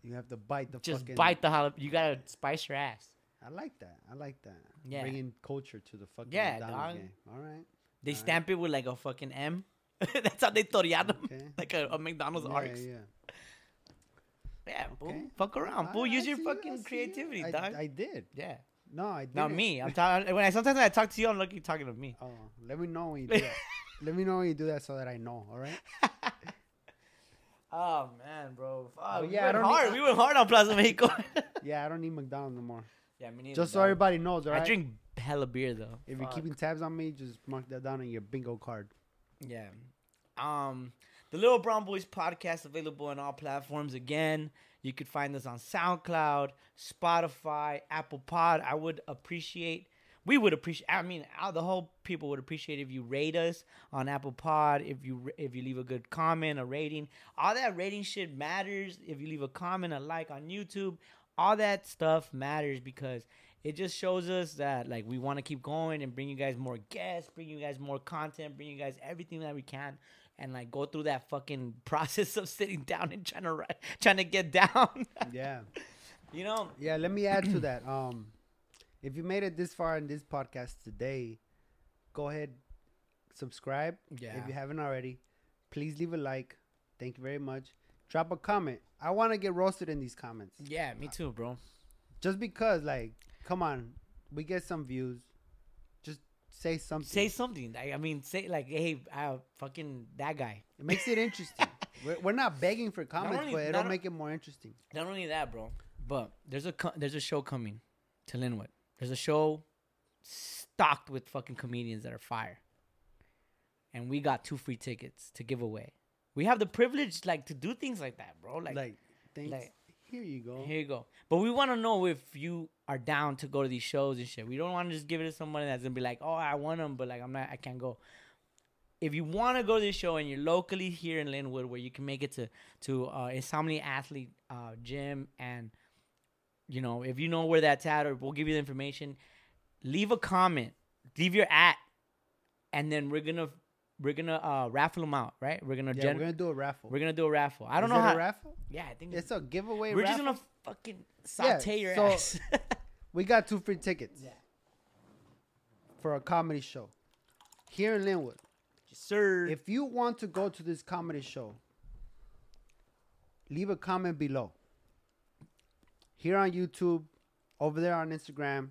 [SPEAKER 3] you have to bite the
[SPEAKER 2] Just
[SPEAKER 3] fucking.
[SPEAKER 2] bite the jalap. You gotta spice your ass.
[SPEAKER 3] I like that. I like that.
[SPEAKER 2] Yeah.
[SPEAKER 3] Bringing culture to the fucking
[SPEAKER 2] Yeah,
[SPEAKER 3] McDonald's
[SPEAKER 2] dog.
[SPEAKER 3] game. All right.
[SPEAKER 2] They stamp it with like a fucking M. That's how they toreado 'em.
[SPEAKER 3] Okay.
[SPEAKER 2] like a, a McDonald's
[SPEAKER 3] Yeah,
[SPEAKER 2] arcs. Yeah,
[SPEAKER 3] yeah.
[SPEAKER 2] fool.
[SPEAKER 3] Okay.
[SPEAKER 2] Fuck around,
[SPEAKER 3] I-
[SPEAKER 2] fool.
[SPEAKER 3] I
[SPEAKER 2] Use your
[SPEAKER 3] see you, I
[SPEAKER 2] fucking
[SPEAKER 3] see you.
[SPEAKER 2] creativity,
[SPEAKER 3] I,
[SPEAKER 2] dog.
[SPEAKER 3] I did.
[SPEAKER 2] yeah.
[SPEAKER 3] No, I did.
[SPEAKER 2] Not me. I'm talking. When I sometimes when I talk to you, I'm lucky you're talking to me.
[SPEAKER 3] Oh, let me know when you do that. let me know when you do that so that I know. All right.
[SPEAKER 2] Oh man, bro. Fuck.
[SPEAKER 3] Oh, yeah, I
[SPEAKER 2] we went
[SPEAKER 3] don't need-
[SPEAKER 2] hard. we went hard on Plaza Mexico.
[SPEAKER 3] Yeah, I don't need McDonald's no more.
[SPEAKER 2] Yeah, me neither,
[SPEAKER 3] Just so
[SPEAKER 2] dog.
[SPEAKER 3] everybody knows, all
[SPEAKER 2] I
[SPEAKER 3] right?
[SPEAKER 2] drink hella beer though.
[SPEAKER 3] if
[SPEAKER 2] Fuck.
[SPEAKER 3] you're keeping tabs on me, just mark that down on your bingo card.
[SPEAKER 2] Yeah. Um, the Little Brown Boys podcast available on all platforms again. You could find us on SoundCloud, Spotify, Apple Pod. I would appreciate we would appreciate I mean uh, the whole people would appreciate if you rate us on Apple Pod, if you if you leave a good comment, a rating. All that rating shit matters. If you leave a comment, a like on YouTube, all that stuff matters because it just shows us that like we want to keep going and bring you guys more guests, bring you guys more content, bring you guys everything that we can, and like go through that fucking process of sitting down and trying to write, trying to get down.
[SPEAKER 3] Yeah.
[SPEAKER 2] you know,
[SPEAKER 3] Yeah, let me add to that. Um, if you made it this far in this podcast today, go ahead, subscribe. If
[SPEAKER 2] Yeah.
[SPEAKER 3] you haven't already, please leave a like. Thank you very much. Drop a comment. I want to get roasted in these comments.
[SPEAKER 2] yeah, me too, bro.
[SPEAKER 3] Just because, like, come on, we get some views. Just say something.
[SPEAKER 2] Say something. Like, I mean, say like, hey, uh, fucking that guy.
[SPEAKER 3] it makes it interesting. we're, we're not begging for comments,
[SPEAKER 2] only-
[SPEAKER 3] but
[SPEAKER 2] not
[SPEAKER 3] it'll
[SPEAKER 2] o-
[SPEAKER 3] make it more interesting.
[SPEAKER 2] Not only that, bro, but there's a co- there's a show coming to Linwood. There's a show stocked with fucking comedians that are fire, and we got two free tickets to give away. We have the privilege like to do things like that, bro. Like,
[SPEAKER 3] Like, thanks.
[SPEAKER 2] like-
[SPEAKER 3] here you go.
[SPEAKER 2] here you go. But we want to know if you are down to go to these shows and shit. We don't want to just give it to someone that's gonna be like, oh, I want them, but like I'm not, I can't go. If you want to go to this show and you're locally here in Linwood, where you can make it to to uh, Insomnia Athlete uh, Gym, and you know if you know where that's at, or we'll give you the information. Leave a comment, leave your at, and then we're gonna we're gonna uh, raffle them out, right? We're gonna
[SPEAKER 3] yeah,
[SPEAKER 2] gen-
[SPEAKER 3] we're
[SPEAKER 2] we're, gonna,
[SPEAKER 3] gonna do a raffle.
[SPEAKER 2] do a raffle. I don't
[SPEAKER 3] Is
[SPEAKER 2] know
[SPEAKER 3] it
[SPEAKER 2] how.
[SPEAKER 3] a raffle.
[SPEAKER 2] yeah, I think
[SPEAKER 3] It's a giveaway.
[SPEAKER 2] we're
[SPEAKER 3] raffle?
[SPEAKER 2] just gonna fucking saute your
[SPEAKER 3] so-
[SPEAKER 2] ass.
[SPEAKER 3] We got two free tickets. For a comedy show here in Linwood.
[SPEAKER 2] Sir.
[SPEAKER 3] If you want to go to this comedy show, leave a comment below. Here on YouTube, over there on Instagram,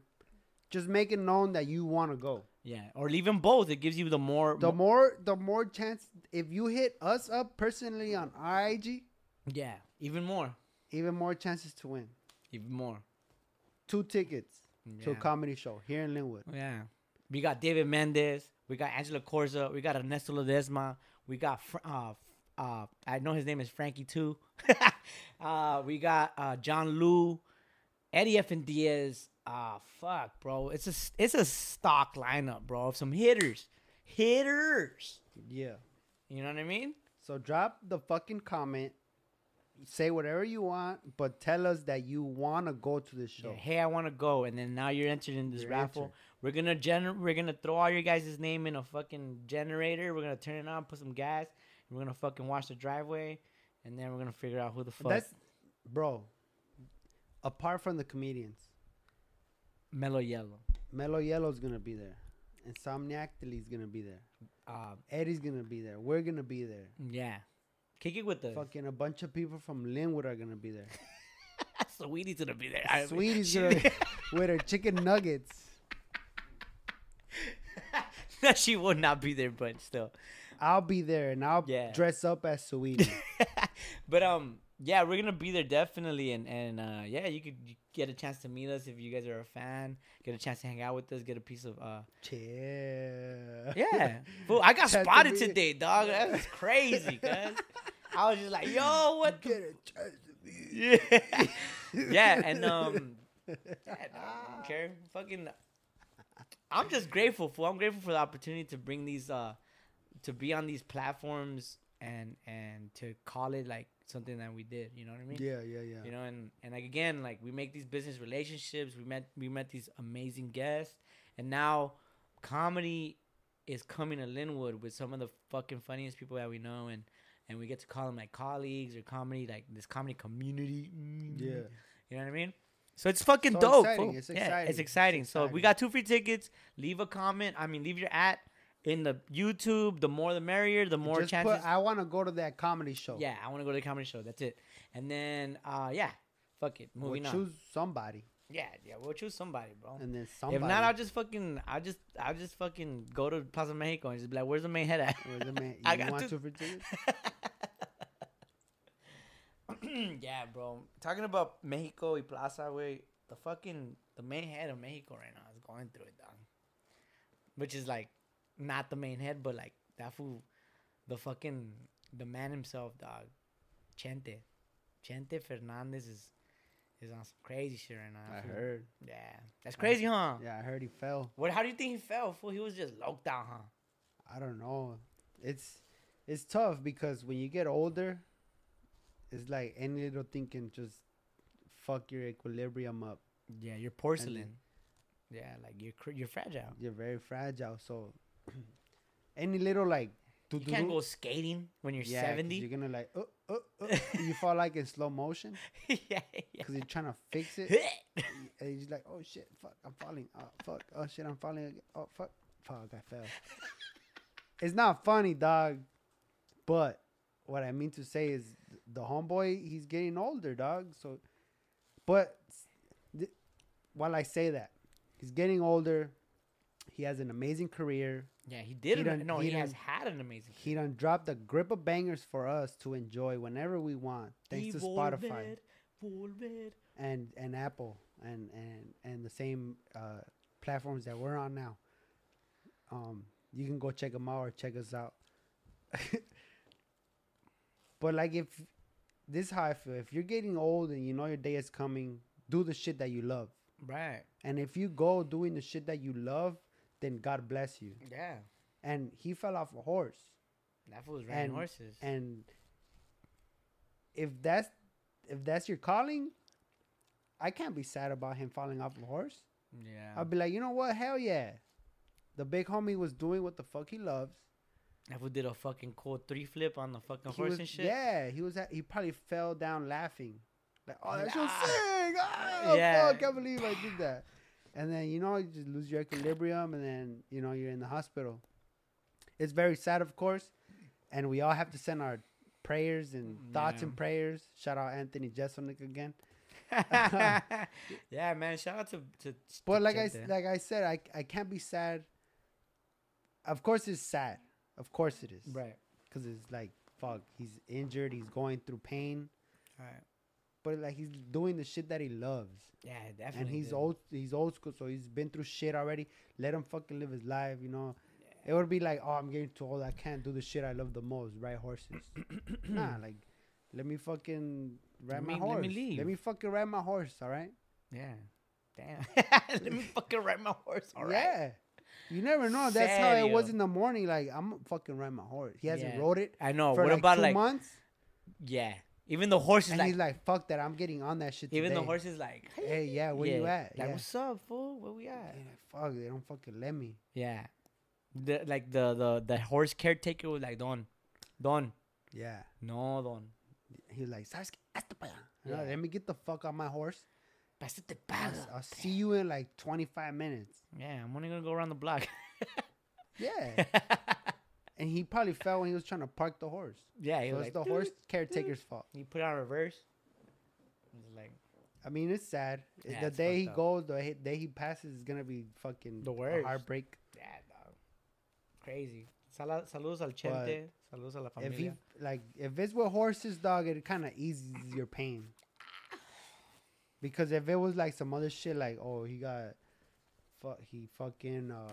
[SPEAKER 3] just make it known that you want to go.
[SPEAKER 2] yeah. Or leave them both. It gives you the more.
[SPEAKER 3] The more, the more chance. If you hit us up personally on IG,
[SPEAKER 2] yeah. Even more.
[SPEAKER 3] even more chances to win.
[SPEAKER 2] Even more.
[SPEAKER 3] Two tickets to a
[SPEAKER 2] Yeah.
[SPEAKER 3] comedy show here in Linwood.
[SPEAKER 2] Yeah. We got David Mendez. We got Angela Corza. We got Ernesto Ledesma. We got, Fr- uh, uh, I know his name is Frankie too. uh, we got uh, John Lou, Eddie F. and Diaz. Ah, fuck, bro. It's a, s- it's a stock lineup, bro, of some hitters. Hitters.
[SPEAKER 3] Yeah.
[SPEAKER 2] You know what I mean?
[SPEAKER 3] So drop the fucking comment. Say whatever you want, but tell us that you want to go to the
[SPEAKER 2] Yeah,
[SPEAKER 3] show.
[SPEAKER 2] hey, I want to go, and then now you're entered in this
[SPEAKER 3] You're
[SPEAKER 2] raffle.
[SPEAKER 3] entered.
[SPEAKER 2] We're gonna gener- we're gonna throw all your guys' name in a fucking generator. We're gonna turn it on, put some gas, and we're gonna fucking wash the driveway, and then we're gonna figure out who the fuck
[SPEAKER 3] That's, bro. Apart from the comedians,
[SPEAKER 2] Mellow Yellow,
[SPEAKER 3] Mellow Yellow's gonna be there. Insomniac Dilly's gonna be there.
[SPEAKER 2] um,
[SPEAKER 3] Eddie's gonna be there. We're gonna be there.
[SPEAKER 2] yeah, kick it with the
[SPEAKER 3] Fucking a bunch of people from Linwood are gonna be there.
[SPEAKER 2] sweetie's gonna be there. I-
[SPEAKER 3] Sweetie's
[SPEAKER 2] she-
[SPEAKER 3] gonna be with her chicken nuggets.
[SPEAKER 2] No, she will not be there, but still.
[SPEAKER 3] I'll be there and I'll
[SPEAKER 2] Yeah.
[SPEAKER 3] dress up as Sweetie.
[SPEAKER 2] but um yeah we're gonna be there definitely and and uh yeah you could get a chance to meet us if you guys are a fan get a chance to hang out with us get a piece of uh
[SPEAKER 3] Chill.
[SPEAKER 2] yeah fool i got
[SPEAKER 3] Chance to
[SPEAKER 2] spotted
[SPEAKER 3] meet-
[SPEAKER 2] today dog that was crazy cuz i was just like yo what the
[SPEAKER 3] Get a chance to be-
[SPEAKER 2] yeah yeah and um yeah, dog, I don't care fucking i'm just grateful for i'm grateful for the opportunity to bring these uh to be on these platforms and and to call it like something that we did you know what i mean
[SPEAKER 3] Yeah, yeah, yeah.
[SPEAKER 2] you know and and like again like we make these business relationships we met we met these amazing guests and now comedy is coming to linwood with some of the fucking funniest people that we know and and we get to call them like colleagues or comedy like this comedy community Mm.
[SPEAKER 3] Yeah.
[SPEAKER 2] you know what i mean so it's fucking
[SPEAKER 3] So
[SPEAKER 2] dope
[SPEAKER 3] exciting,
[SPEAKER 2] fool.
[SPEAKER 3] it's
[SPEAKER 2] Yeah,
[SPEAKER 3] exciting,
[SPEAKER 2] it's
[SPEAKER 3] it's
[SPEAKER 2] exciting so we
[SPEAKER 3] exciting.
[SPEAKER 2] got two free tickets leave a comment i mean leave your at in the youtube the more the merrier the more
[SPEAKER 3] Just
[SPEAKER 2] chances
[SPEAKER 3] Put, I want to go to that comedy show.
[SPEAKER 2] yeah, I want to go to the comedy show. That's it. And then, uh, yeah, fuck it,
[SPEAKER 3] we'll
[SPEAKER 2] moving on.
[SPEAKER 3] choose somebody,
[SPEAKER 2] Yeah, yeah, we'll choose somebody, bro.
[SPEAKER 3] and then somebody.
[SPEAKER 2] If not, I'll just fucking, I'll just, I'll just fucking go to Plaza Mexico and just be like, "Where's the main head at?"
[SPEAKER 3] Where's the man?
[SPEAKER 2] I
[SPEAKER 3] You
[SPEAKER 2] got
[SPEAKER 3] want
[SPEAKER 2] two-
[SPEAKER 3] two for tickets?
[SPEAKER 2] yeah, bro. Talking about Mexico y Plaza, way the fucking the main head of Mexico right now is going through it, dog. Which is like not the main head, but like that fool, the fucking the man himself, dog. Chente, Chente Fernandez is is on some crazy shit right now.
[SPEAKER 3] I
[SPEAKER 2] fool.
[SPEAKER 3] heard.
[SPEAKER 2] Yeah, that's crazy, huh?
[SPEAKER 3] Yeah, I heard he fell.
[SPEAKER 2] What? How do you think he fell? Fool, he was just locked down, huh?
[SPEAKER 3] I don't know. It's it's tough because when you get older, it's like any little thing can just fuck your equilibrium up.
[SPEAKER 2] Yeah, you're porcelain. yeah, like you're cr- you're fragile.
[SPEAKER 3] You're very fragile, so any little like
[SPEAKER 2] You can't go skating when you're
[SPEAKER 3] yeah, 'cause You're
[SPEAKER 2] seventy.
[SPEAKER 3] gonna like uh, uh, uh, you fall like in slow motion
[SPEAKER 2] yeah,
[SPEAKER 3] because you're trying to fix it.
[SPEAKER 2] yeah.
[SPEAKER 3] and you're just like, oh shit, fuck, I'm falling. Oh fuck, oh shit, I'm falling. Again. Oh fuck, fuck, I fell. it's not funny, dog. But what I mean to say is, th- the homeboy, he's getting older, dog. So, but th- while I say that, he's getting older. He has an amazing career.
[SPEAKER 2] yeah, he did.
[SPEAKER 3] He
[SPEAKER 2] an-
[SPEAKER 3] done-
[SPEAKER 2] no,
[SPEAKER 3] he
[SPEAKER 2] he, has
[SPEAKER 3] done-
[SPEAKER 2] had an amazing.
[SPEAKER 3] He done dropped a grip of bangers for us to enjoy whenever we want, thanks to Spotify.
[SPEAKER 2] Volver.
[SPEAKER 3] and and Apple and and and the same uh, platforms that we're on now. Um, you can go check them out or check us out. but like if this is how I feel, if you're getting old and you know your day is coming, do the shit that you love.
[SPEAKER 2] Right.
[SPEAKER 3] And if you go doing the shit that you love, then God bless you.
[SPEAKER 2] Yeah,
[SPEAKER 3] And he fell off a horse
[SPEAKER 2] that fool's riding
[SPEAKER 3] And-
[SPEAKER 2] horses.
[SPEAKER 3] and if that's if that's your calling i can't be sad about him falling off a horse
[SPEAKER 2] yeah,
[SPEAKER 3] i'll be like you know what hell yeah the big homie was doing what the fuck he loves
[SPEAKER 2] that fool did a fucking cool three flip on the fucking
[SPEAKER 3] He
[SPEAKER 2] horse
[SPEAKER 3] was-
[SPEAKER 2] and shit.
[SPEAKER 3] yeah he was at, he probably fell down laughing like oh that's so
[SPEAKER 2] Ah.
[SPEAKER 3] sick oh
[SPEAKER 2] Yeah.
[SPEAKER 3] fuck i believe i did that and then you know you just lose your equilibrium and then you know you're in the hospital it's very sad of course and we all have to send our prayers and thoughts
[SPEAKER 2] Mm, Yeah.
[SPEAKER 3] and prayers shout out anthony jeselnik again
[SPEAKER 2] yeah, man. Shout out to to.
[SPEAKER 3] But
[SPEAKER 2] to
[SPEAKER 3] like I s-
[SPEAKER 2] Chente.
[SPEAKER 3] like I said, I I can't be sad. Of course, it's sad. Of course, it is.
[SPEAKER 2] right,
[SPEAKER 3] Because it's like fuck. He's injured. He's going through pain.
[SPEAKER 2] right.
[SPEAKER 3] But like he's doing the shit that he loves,
[SPEAKER 2] Yeah, definitely.
[SPEAKER 3] and he's
[SPEAKER 2] dude.
[SPEAKER 3] old. He's old school, so he's been through shit already. Let him fucking live his life. You know, it would be like, oh, I'm getting too old. I can't do the shit I love the most. Ride horses. nah, like, let me fucking
[SPEAKER 2] Let
[SPEAKER 3] ride
[SPEAKER 2] me-
[SPEAKER 3] my
[SPEAKER 2] let me
[SPEAKER 3] horse.
[SPEAKER 2] leave.
[SPEAKER 3] let me fucking ride my horse. All right.
[SPEAKER 2] Yeah. Damn. Let me fucking ride my horse. All right.
[SPEAKER 3] Yeah. You never know. That's how it was
[SPEAKER 2] Serio.
[SPEAKER 3] in the morning. Like I'm gonna fucking ride my horse. He hasn't
[SPEAKER 2] Yeah.
[SPEAKER 3] rode it
[SPEAKER 2] I know.
[SPEAKER 3] for
[SPEAKER 2] what
[SPEAKER 3] like
[SPEAKER 2] about
[SPEAKER 3] two
[SPEAKER 2] like?
[SPEAKER 3] months,
[SPEAKER 2] Yeah. Even the horse is
[SPEAKER 3] and
[SPEAKER 2] like.
[SPEAKER 3] he's like, "Fuck that! I'm getting on that shit."
[SPEAKER 2] Even the
[SPEAKER 3] today."
[SPEAKER 2] horse is like.
[SPEAKER 3] Hey, yeah, where you at?
[SPEAKER 2] Like,
[SPEAKER 3] yeah.
[SPEAKER 2] what's up, fool? Where we
[SPEAKER 3] Yeah,
[SPEAKER 2] at?
[SPEAKER 3] like, fuck, they don't fucking let me.
[SPEAKER 2] Yeah. The like the the the horse caretaker was like Don, Don,
[SPEAKER 3] Yeah,
[SPEAKER 2] no Don.
[SPEAKER 3] he's like, "Sabes qué? Hazte pa' allá." You know,
[SPEAKER 2] Yeah.
[SPEAKER 3] Let me get the fuck on my horse.
[SPEAKER 2] Pásate
[SPEAKER 3] I'll,
[SPEAKER 2] pago.
[SPEAKER 3] I'll see you in like 25 minutes.
[SPEAKER 2] Yeah, I'm only gonna go around the block.
[SPEAKER 3] Yeah, and he probably fell when he was trying to park the horse.
[SPEAKER 2] yeah, he
[SPEAKER 3] So
[SPEAKER 2] was
[SPEAKER 3] it's
[SPEAKER 2] like
[SPEAKER 3] the horse caretaker's fault.
[SPEAKER 2] He put it on reverse. It's like
[SPEAKER 3] I mean, it's sad.
[SPEAKER 2] Yeah,
[SPEAKER 3] the
[SPEAKER 2] it's
[SPEAKER 3] day he
[SPEAKER 2] fucked up.
[SPEAKER 3] goes, the he- day he passes is gonna be fucking
[SPEAKER 2] The
[SPEAKER 3] a
[SPEAKER 2] worst.
[SPEAKER 3] heartbreak.
[SPEAKER 2] yeah, dog. crazy. Sala, saludos al Chente. Saludos a la
[SPEAKER 3] If he
[SPEAKER 2] familia.
[SPEAKER 3] like, if it's with horses, dog, it kind of eases your pain. Because if it was like some other shit, like oh, he got, fuck, he fucking, uh,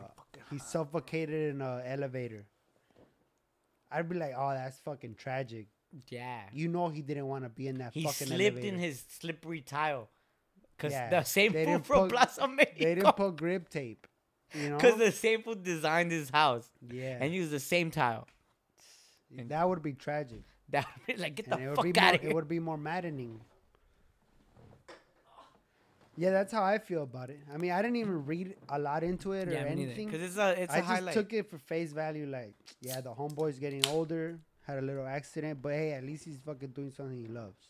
[SPEAKER 3] he suffocated in a elevator. I'd be like, oh, that's fucking tragic.
[SPEAKER 2] yeah,
[SPEAKER 3] You know he didn't want to be in that
[SPEAKER 2] he
[SPEAKER 3] fucking
[SPEAKER 2] slipped
[SPEAKER 3] elevator.
[SPEAKER 2] in his slippery tile. Cause
[SPEAKER 3] Yeah,
[SPEAKER 2] the same
[SPEAKER 3] they
[SPEAKER 2] fool
[SPEAKER 3] didn't
[SPEAKER 2] from
[SPEAKER 3] put-
[SPEAKER 2] Plaza
[SPEAKER 3] They didn't
[SPEAKER 2] Mexico.
[SPEAKER 3] put grip tape. You know,
[SPEAKER 2] Because the same fool designed his house
[SPEAKER 3] yeah,
[SPEAKER 2] and used the same tile.
[SPEAKER 3] that would be tragic.
[SPEAKER 2] That would be like, get the
[SPEAKER 3] and it would,
[SPEAKER 2] fuck
[SPEAKER 3] be
[SPEAKER 2] out
[SPEAKER 3] more,
[SPEAKER 2] of here.
[SPEAKER 3] it would be more maddening. Yeah, that's how I feel about it. I mean, I didn't even read a lot into it or anything.
[SPEAKER 2] Because it's a it's a
[SPEAKER 3] I just
[SPEAKER 2] highlight.
[SPEAKER 3] took it for face value. Like, yeah, the homeboy's getting older, had a little accident, but hey, at least he's fucking doing something he loves.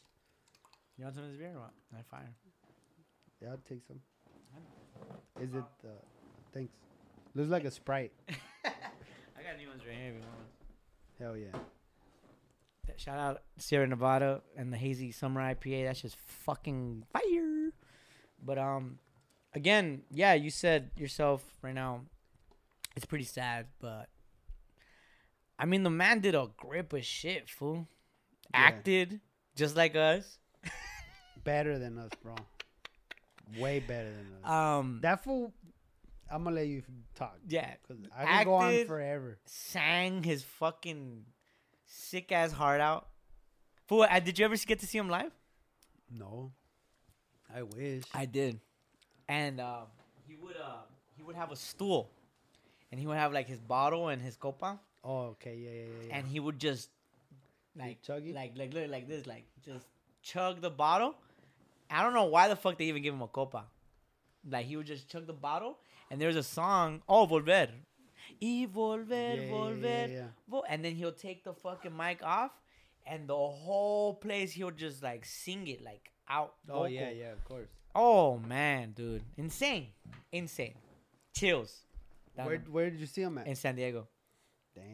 [SPEAKER 2] You want some of this beer or what? I fire.
[SPEAKER 3] Yeah, I'll take some. Is it? Uh, thanks. Looks like a sprite.
[SPEAKER 2] I got new ones right here. If you want.
[SPEAKER 3] Hell yeah.
[SPEAKER 2] one. Shout out Sierra Nevada and the Hazy Summer IPA. That's just fucking fire. But um, again, yeah, you said yourself right now. It's pretty sad, but I mean, the man did a grip of shit, fool. Acted just like us.
[SPEAKER 3] Better than us, bro. way better than us.
[SPEAKER 2] Um,
[SPEAKER 3] that fool, I'm gonna let you talk.
[SPEAKER 2] yeah,
[SPEAKER 3] Cause I can go on
[SPEAKER 2] Acted-
[SPEAKER 3] forever.
[SPEAKER 2] sang his fucking sick ass heart out. Fool, uh, did you ever get to see him live?
[SPEAKER 3] No, I wish.
[SPEAKER 2] I did, and uh, he would uh, he would have a stool, and he would have like his bottle and his copa,
[SPEAKER 3] oh, okay, yeah, yeah, yeah. yeah.
[SPEAKER 2] and he would just like
[SPEAKER 3] chug it?
[SPEAKER 2] like like look like this, like just chug the bottle. I don't know why the fuck they even give him a copa. Like he would just chug the bottle, and there's a song, oh volver, y volver,
[SPEAKER 3] Yeah, yeah,
[SPEAKER 2] volver,
[SPEAKER 3] yeah, yeah.
[SPEAKER 2] vol-" and then he'll take the fucking mic off, and the whole place he'll just like sing it like out.
[SPEAKER 3] oh yeah,
[SPEAKER 2] vocal.
[SPEAKER 3] yeah, of course.
[SPEAKER 2] Oh man, dude, insane, insane, chills. Down
[SPEAKER 3] Where
[SPEAKER 2] the-
[SPEAKER 3] where did you see him at?
[SPEAKER 2] in San Diego,
[SPEAKER 3] Damn.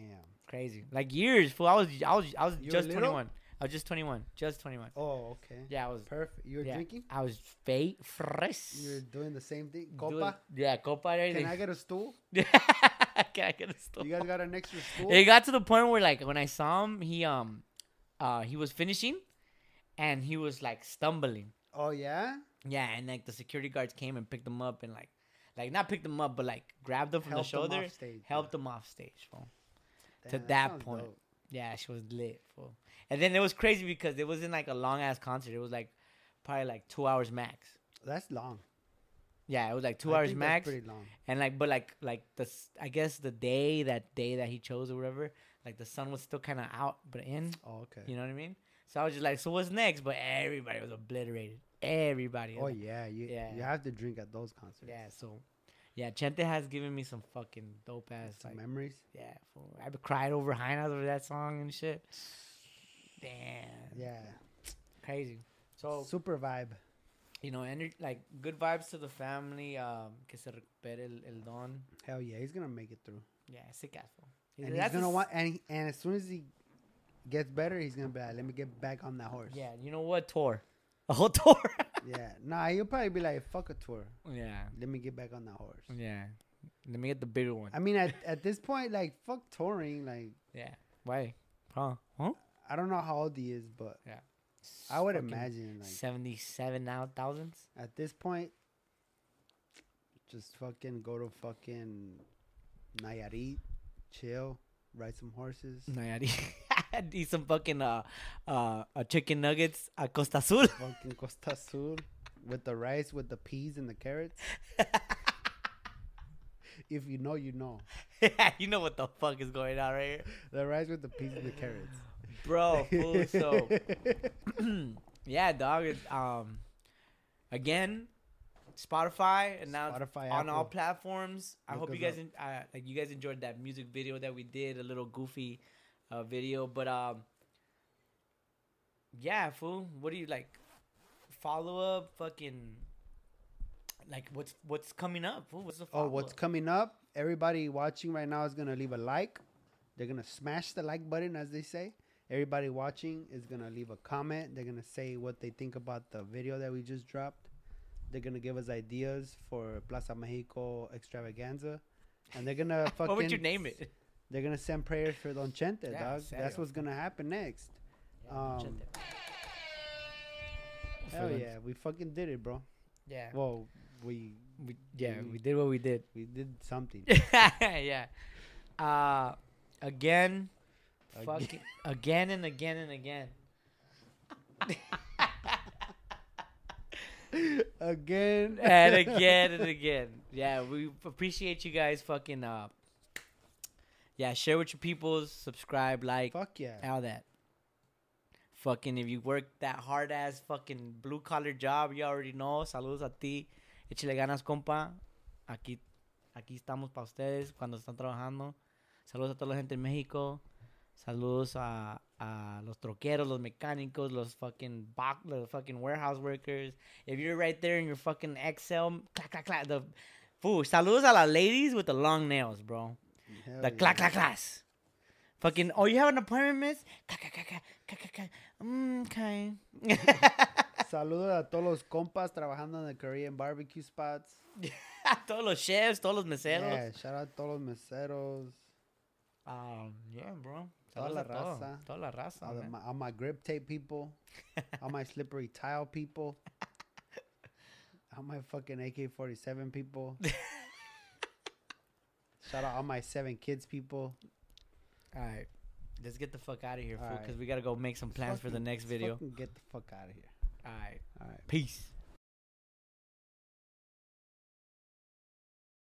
[SPEAKER 2] crazy, like years. Fool, I was, I was, I was
[SPEAKER 3] You were
[SPEAKER 2] just
[SPEAKER 3] little?
[SPEAKER 2] twenty one. I was just twenty one, just twenty one.
[SPEAKER 3] Oh, okay.
[SPEAKER 2] Yeah, I was.
[SPEAKER 3] Perfect. You were
[SPEAKER 2] yeah,
[SPEAKER 3] drinking.
[SPEAKER 2] I was fake fresh.
[SPEAKER 3] You were doing the same thing.
[SPEAKER 2] Do
[SPEAKER 3] Copa.
[SPEAKER 2] it- yeah, copa. and
[SPEAKER 3] Can I
[SPEAKER 2] Everything.
[SPEAKER 3] get a stool?
[SPEAKER 2] Can I get, a stool?
[SPEAKER 3] You guys got an extra stool?
[SPEAKER 2] It got to the point where, like, when I saw him, he um, uh, he was finishing, and he was like stumbling.
[SPEAKER 3] Oh yeah.
[SPEAKER 2] Yeah, and like the security guards came and picked him up and like, like not picked him up, but like grabbed him from
[SPEAKER 3] Helped
[SPEAKER 2] the
[SPEAKER 3] him off
[SPEAKER 2] shoulder,
[SPEAKER 3] stage, yeah.
[SPEAKER 2] helped him off stage. Fool. to
[SPEAKER 3] Damn,
[SPEAKER 2] that
[SPEAKER 3] sounds
[SPEAKER 2] point.
[SPEAKER 3] dope.
[SPEAKER 2] Yeah, she was lit. Fool. And then it was crazy because it wasn't like a long ass concert. It was like probably like two hours max.
[SPEAKER 3] That's long.
[SPEAKER 2] Yeah, it was like two
[SPEAKER 3] I
[SPEAKER 2] hours
[SPEAKER 3] think
[SPEAKER 2] max.
[SPEAKER 3] That's pretty long.
[SPEAKER 2] And like, but like, like the s- I guess the day that day that he chose or whatever, like the sun was still kind of out but in.
[SPEAKER 3] Oh okay.
[SPEAKER 2] You know what I mean? So I was just like, so what's next? But everybody was obliterated. Everybody. I
[SPEAKER 3] oh
[SPEAKER 2] was like,
[SPEAKER 3] yeah. You
[SPEAKER 2] Yeah.
[SPEAKER 3] you have to drink at those concerts.
[SPEAKER 2] Yeah, so yeah, Chente has given me some fucking dope ass
[SPEAKER 3] Some
[SPEAKER 2] like
[SPEAKER 3] memories.
[SPEAKER 2] yeah. Fool. I've cried over Heinz over that song and shit. Damn,
[SPEAKER 3] Yeah.
[SPEAKER 2] crazy. So
[SPEAKER 3] Super vibe.
[SPEAKER 2] you know, ener- like good vibes to the family. Um, que se recupere el, el don.
[SPEAKER 3] Hell yeah, he's gonna make it through.
[SPEAKER 2] Yeah, sick ass. fool.
[SPEAKER 3] And he's
[SPEAKER 2] That's a
[SPEAKER 3] gonna
[SPEAKER 2] s-
[SPEAKER 3] want and he, and as soon as he gets better, he's gonna be like, let me get back on that horse.
[SPEAKER 2] Yeah, you know what tour, a whole tour.
[SPEAKER 3] Yeah. Nah, he'll probably be like, fuck a tour.
[SPEAKER 2] yeah,
[SPEAKER 3] Let me get back on that horse.
[SPEAKER 2] yeah. Let me get the bigger one.
[SPEAKER 3] I mean, at, at this point, like, fuck touring. Like,
[SPEAKER 2] yeah. Why? Huh? Huh?
[SPEAKER 3] I don't know how old he is, but
[SPEAKER 2] Yeah.
[SPEAKER 3] I would
[SPEAKER 2] Fucking
[SPEAKER 3] imagine, like,
[SPEAKER 2] seventy-seven now thousands.
[SPEAKER 3] at this point, just fucking go to fucking Nayarit, chill, ride some horses.
[SPEAKER 2] Nayarit. Eat some fucking uh, uh, uh, chicken nuggets at Costa Azul.
[SPEAKER 3] fucking Costa Azul with the rice, with the peas and the carrots. if you know, you know.
[SPEAKER 2] you know what the fuck is going on right here,
[SPEAKER 3] The rice with the peas and the carrots.
[SPEAKER 2] bro. Fool, so yeah, dog. It's, um, again, Spotify and now it's
[SPEAKER 3] Spotify,
[SPEAKER 2] on all
[SPEAKER 3] Apple.
[SPEAKER 2] platforms. I
[SPEAKER 3] Look
[SPEAKER 2] hope you guys
[SPEAKER 3] us up.
[SPEAKER 2] en- uh, like you guys enjoyed that music video that we did, a little goofy uh, video, but um, yeah, fool. What do you like? Follow up, fucking. Like what's what's coming up? fool? What's the
[SPEAKER 3] Oh, what's
[SPEAKER 2] follow-up?
[SPEAKER 3] coming up? Everybody watching right now is gonna leave a like. They're gonna smash the like button, as they say. Everybody watching is gonna leave a comment. They're gonna say what they think about the video that we just dropped. They're gonna give us ideas for Plaza Mexico extravaganza, and they're gonna fucking.
[SPEAKER 2] What would you name it?
[SPEAKER 3] They're gonna send prayers for Don Chente,
[SPEAKER 2] Yeah,
[SPEAKER 3] dog.
[SPEAKER 2] serio.
[SPEAKER 3] That's what's gonna happen next.
[SPEAKER 2] Yeah,
[SPEAKER 3] Um, Hell yeah, we fucking did it, bro.
[SPEAKER 2] Yeah. Mm-hmm.
[SPEAKER 3] Well, we
[SPEAKER 2] we, yeah,
[SPEAKER 3] we-
[SPEAKER 2] we did what we did.
[SPEAKER 3] we did something.
[SPEAKER 2] yeah. Uh, again,
[SPEAKER 3] Again.
[SPEAKER 2] fucking again and again and again.
[SPEAKER 3] again
[SPEAKER 2] And again and again. Yeah, we appreciate you guys fucking uh Yeah, share with your peoples, subscribe, like,
[SPEAKER 3] Fuck yeah.
[SPEAKER 2] all that. Fucking if you work that hard ass fucking blue collar job, you already know. Saludos a ti. Échale ganas, compa. Aquí, aquí estamos para ustedes cuando están trabajando. Saludos a toda la gente en México. Saludos a, a los troqueros, los mecánicos, los fucking box, los fucking warehouse workers. If you're right there in your fucking Excel, clack, clack, clack. The, Fool, saludos a las ladies with the long nails, bro.
[SPEAKER 3] Hell
[SPEAKER 2] The
[SPEAKER 3] yeah.
[SPEAKER 2] clack clack class. Fucking oh you have an appointment, miss? Clack clack clack clack clack clack, clack. Mm, okay.
[SPEAKER 3] Saludos a todos los compas trabajando en the Korean barbecue spots.
[SPEAKER 2] todos los chefs, todos los meseros.
[SPEAKER 3] Yeah, shout out a todos los meseros.
[SPEAKER 2] Um, yeah, bro.
[SPEAKER 3] Toda
[SPEAKER 2] Saludos
[SPEAKER 3] la
[SPEAKER 2] a todo.
[SPEAKER 3] raza.
[SPEAKER 2] Toda la raza.
[SPEAKER 3] All,
[SPEAKER 2] man.
[SPEAKER 3] my, all my grip tape people. all my slippery tile people. All my fucking AK forty seven people. Shout out all my seven kids people.
[SPEAKER 2] All right, let's get the fuck out of here, fool,
[SPEAKER 3] Alright.
[SPEAKER 2] because we gotta go make some plans for the
[SPEAKER 3] Fucking-
[SPEAKER 2] next video.
[SPEAKER 3] fucking get the fuck out of here.
[SPEAKER 2] All right,
[SPEAKER 3] All right.
[SPEAKER 2] peace.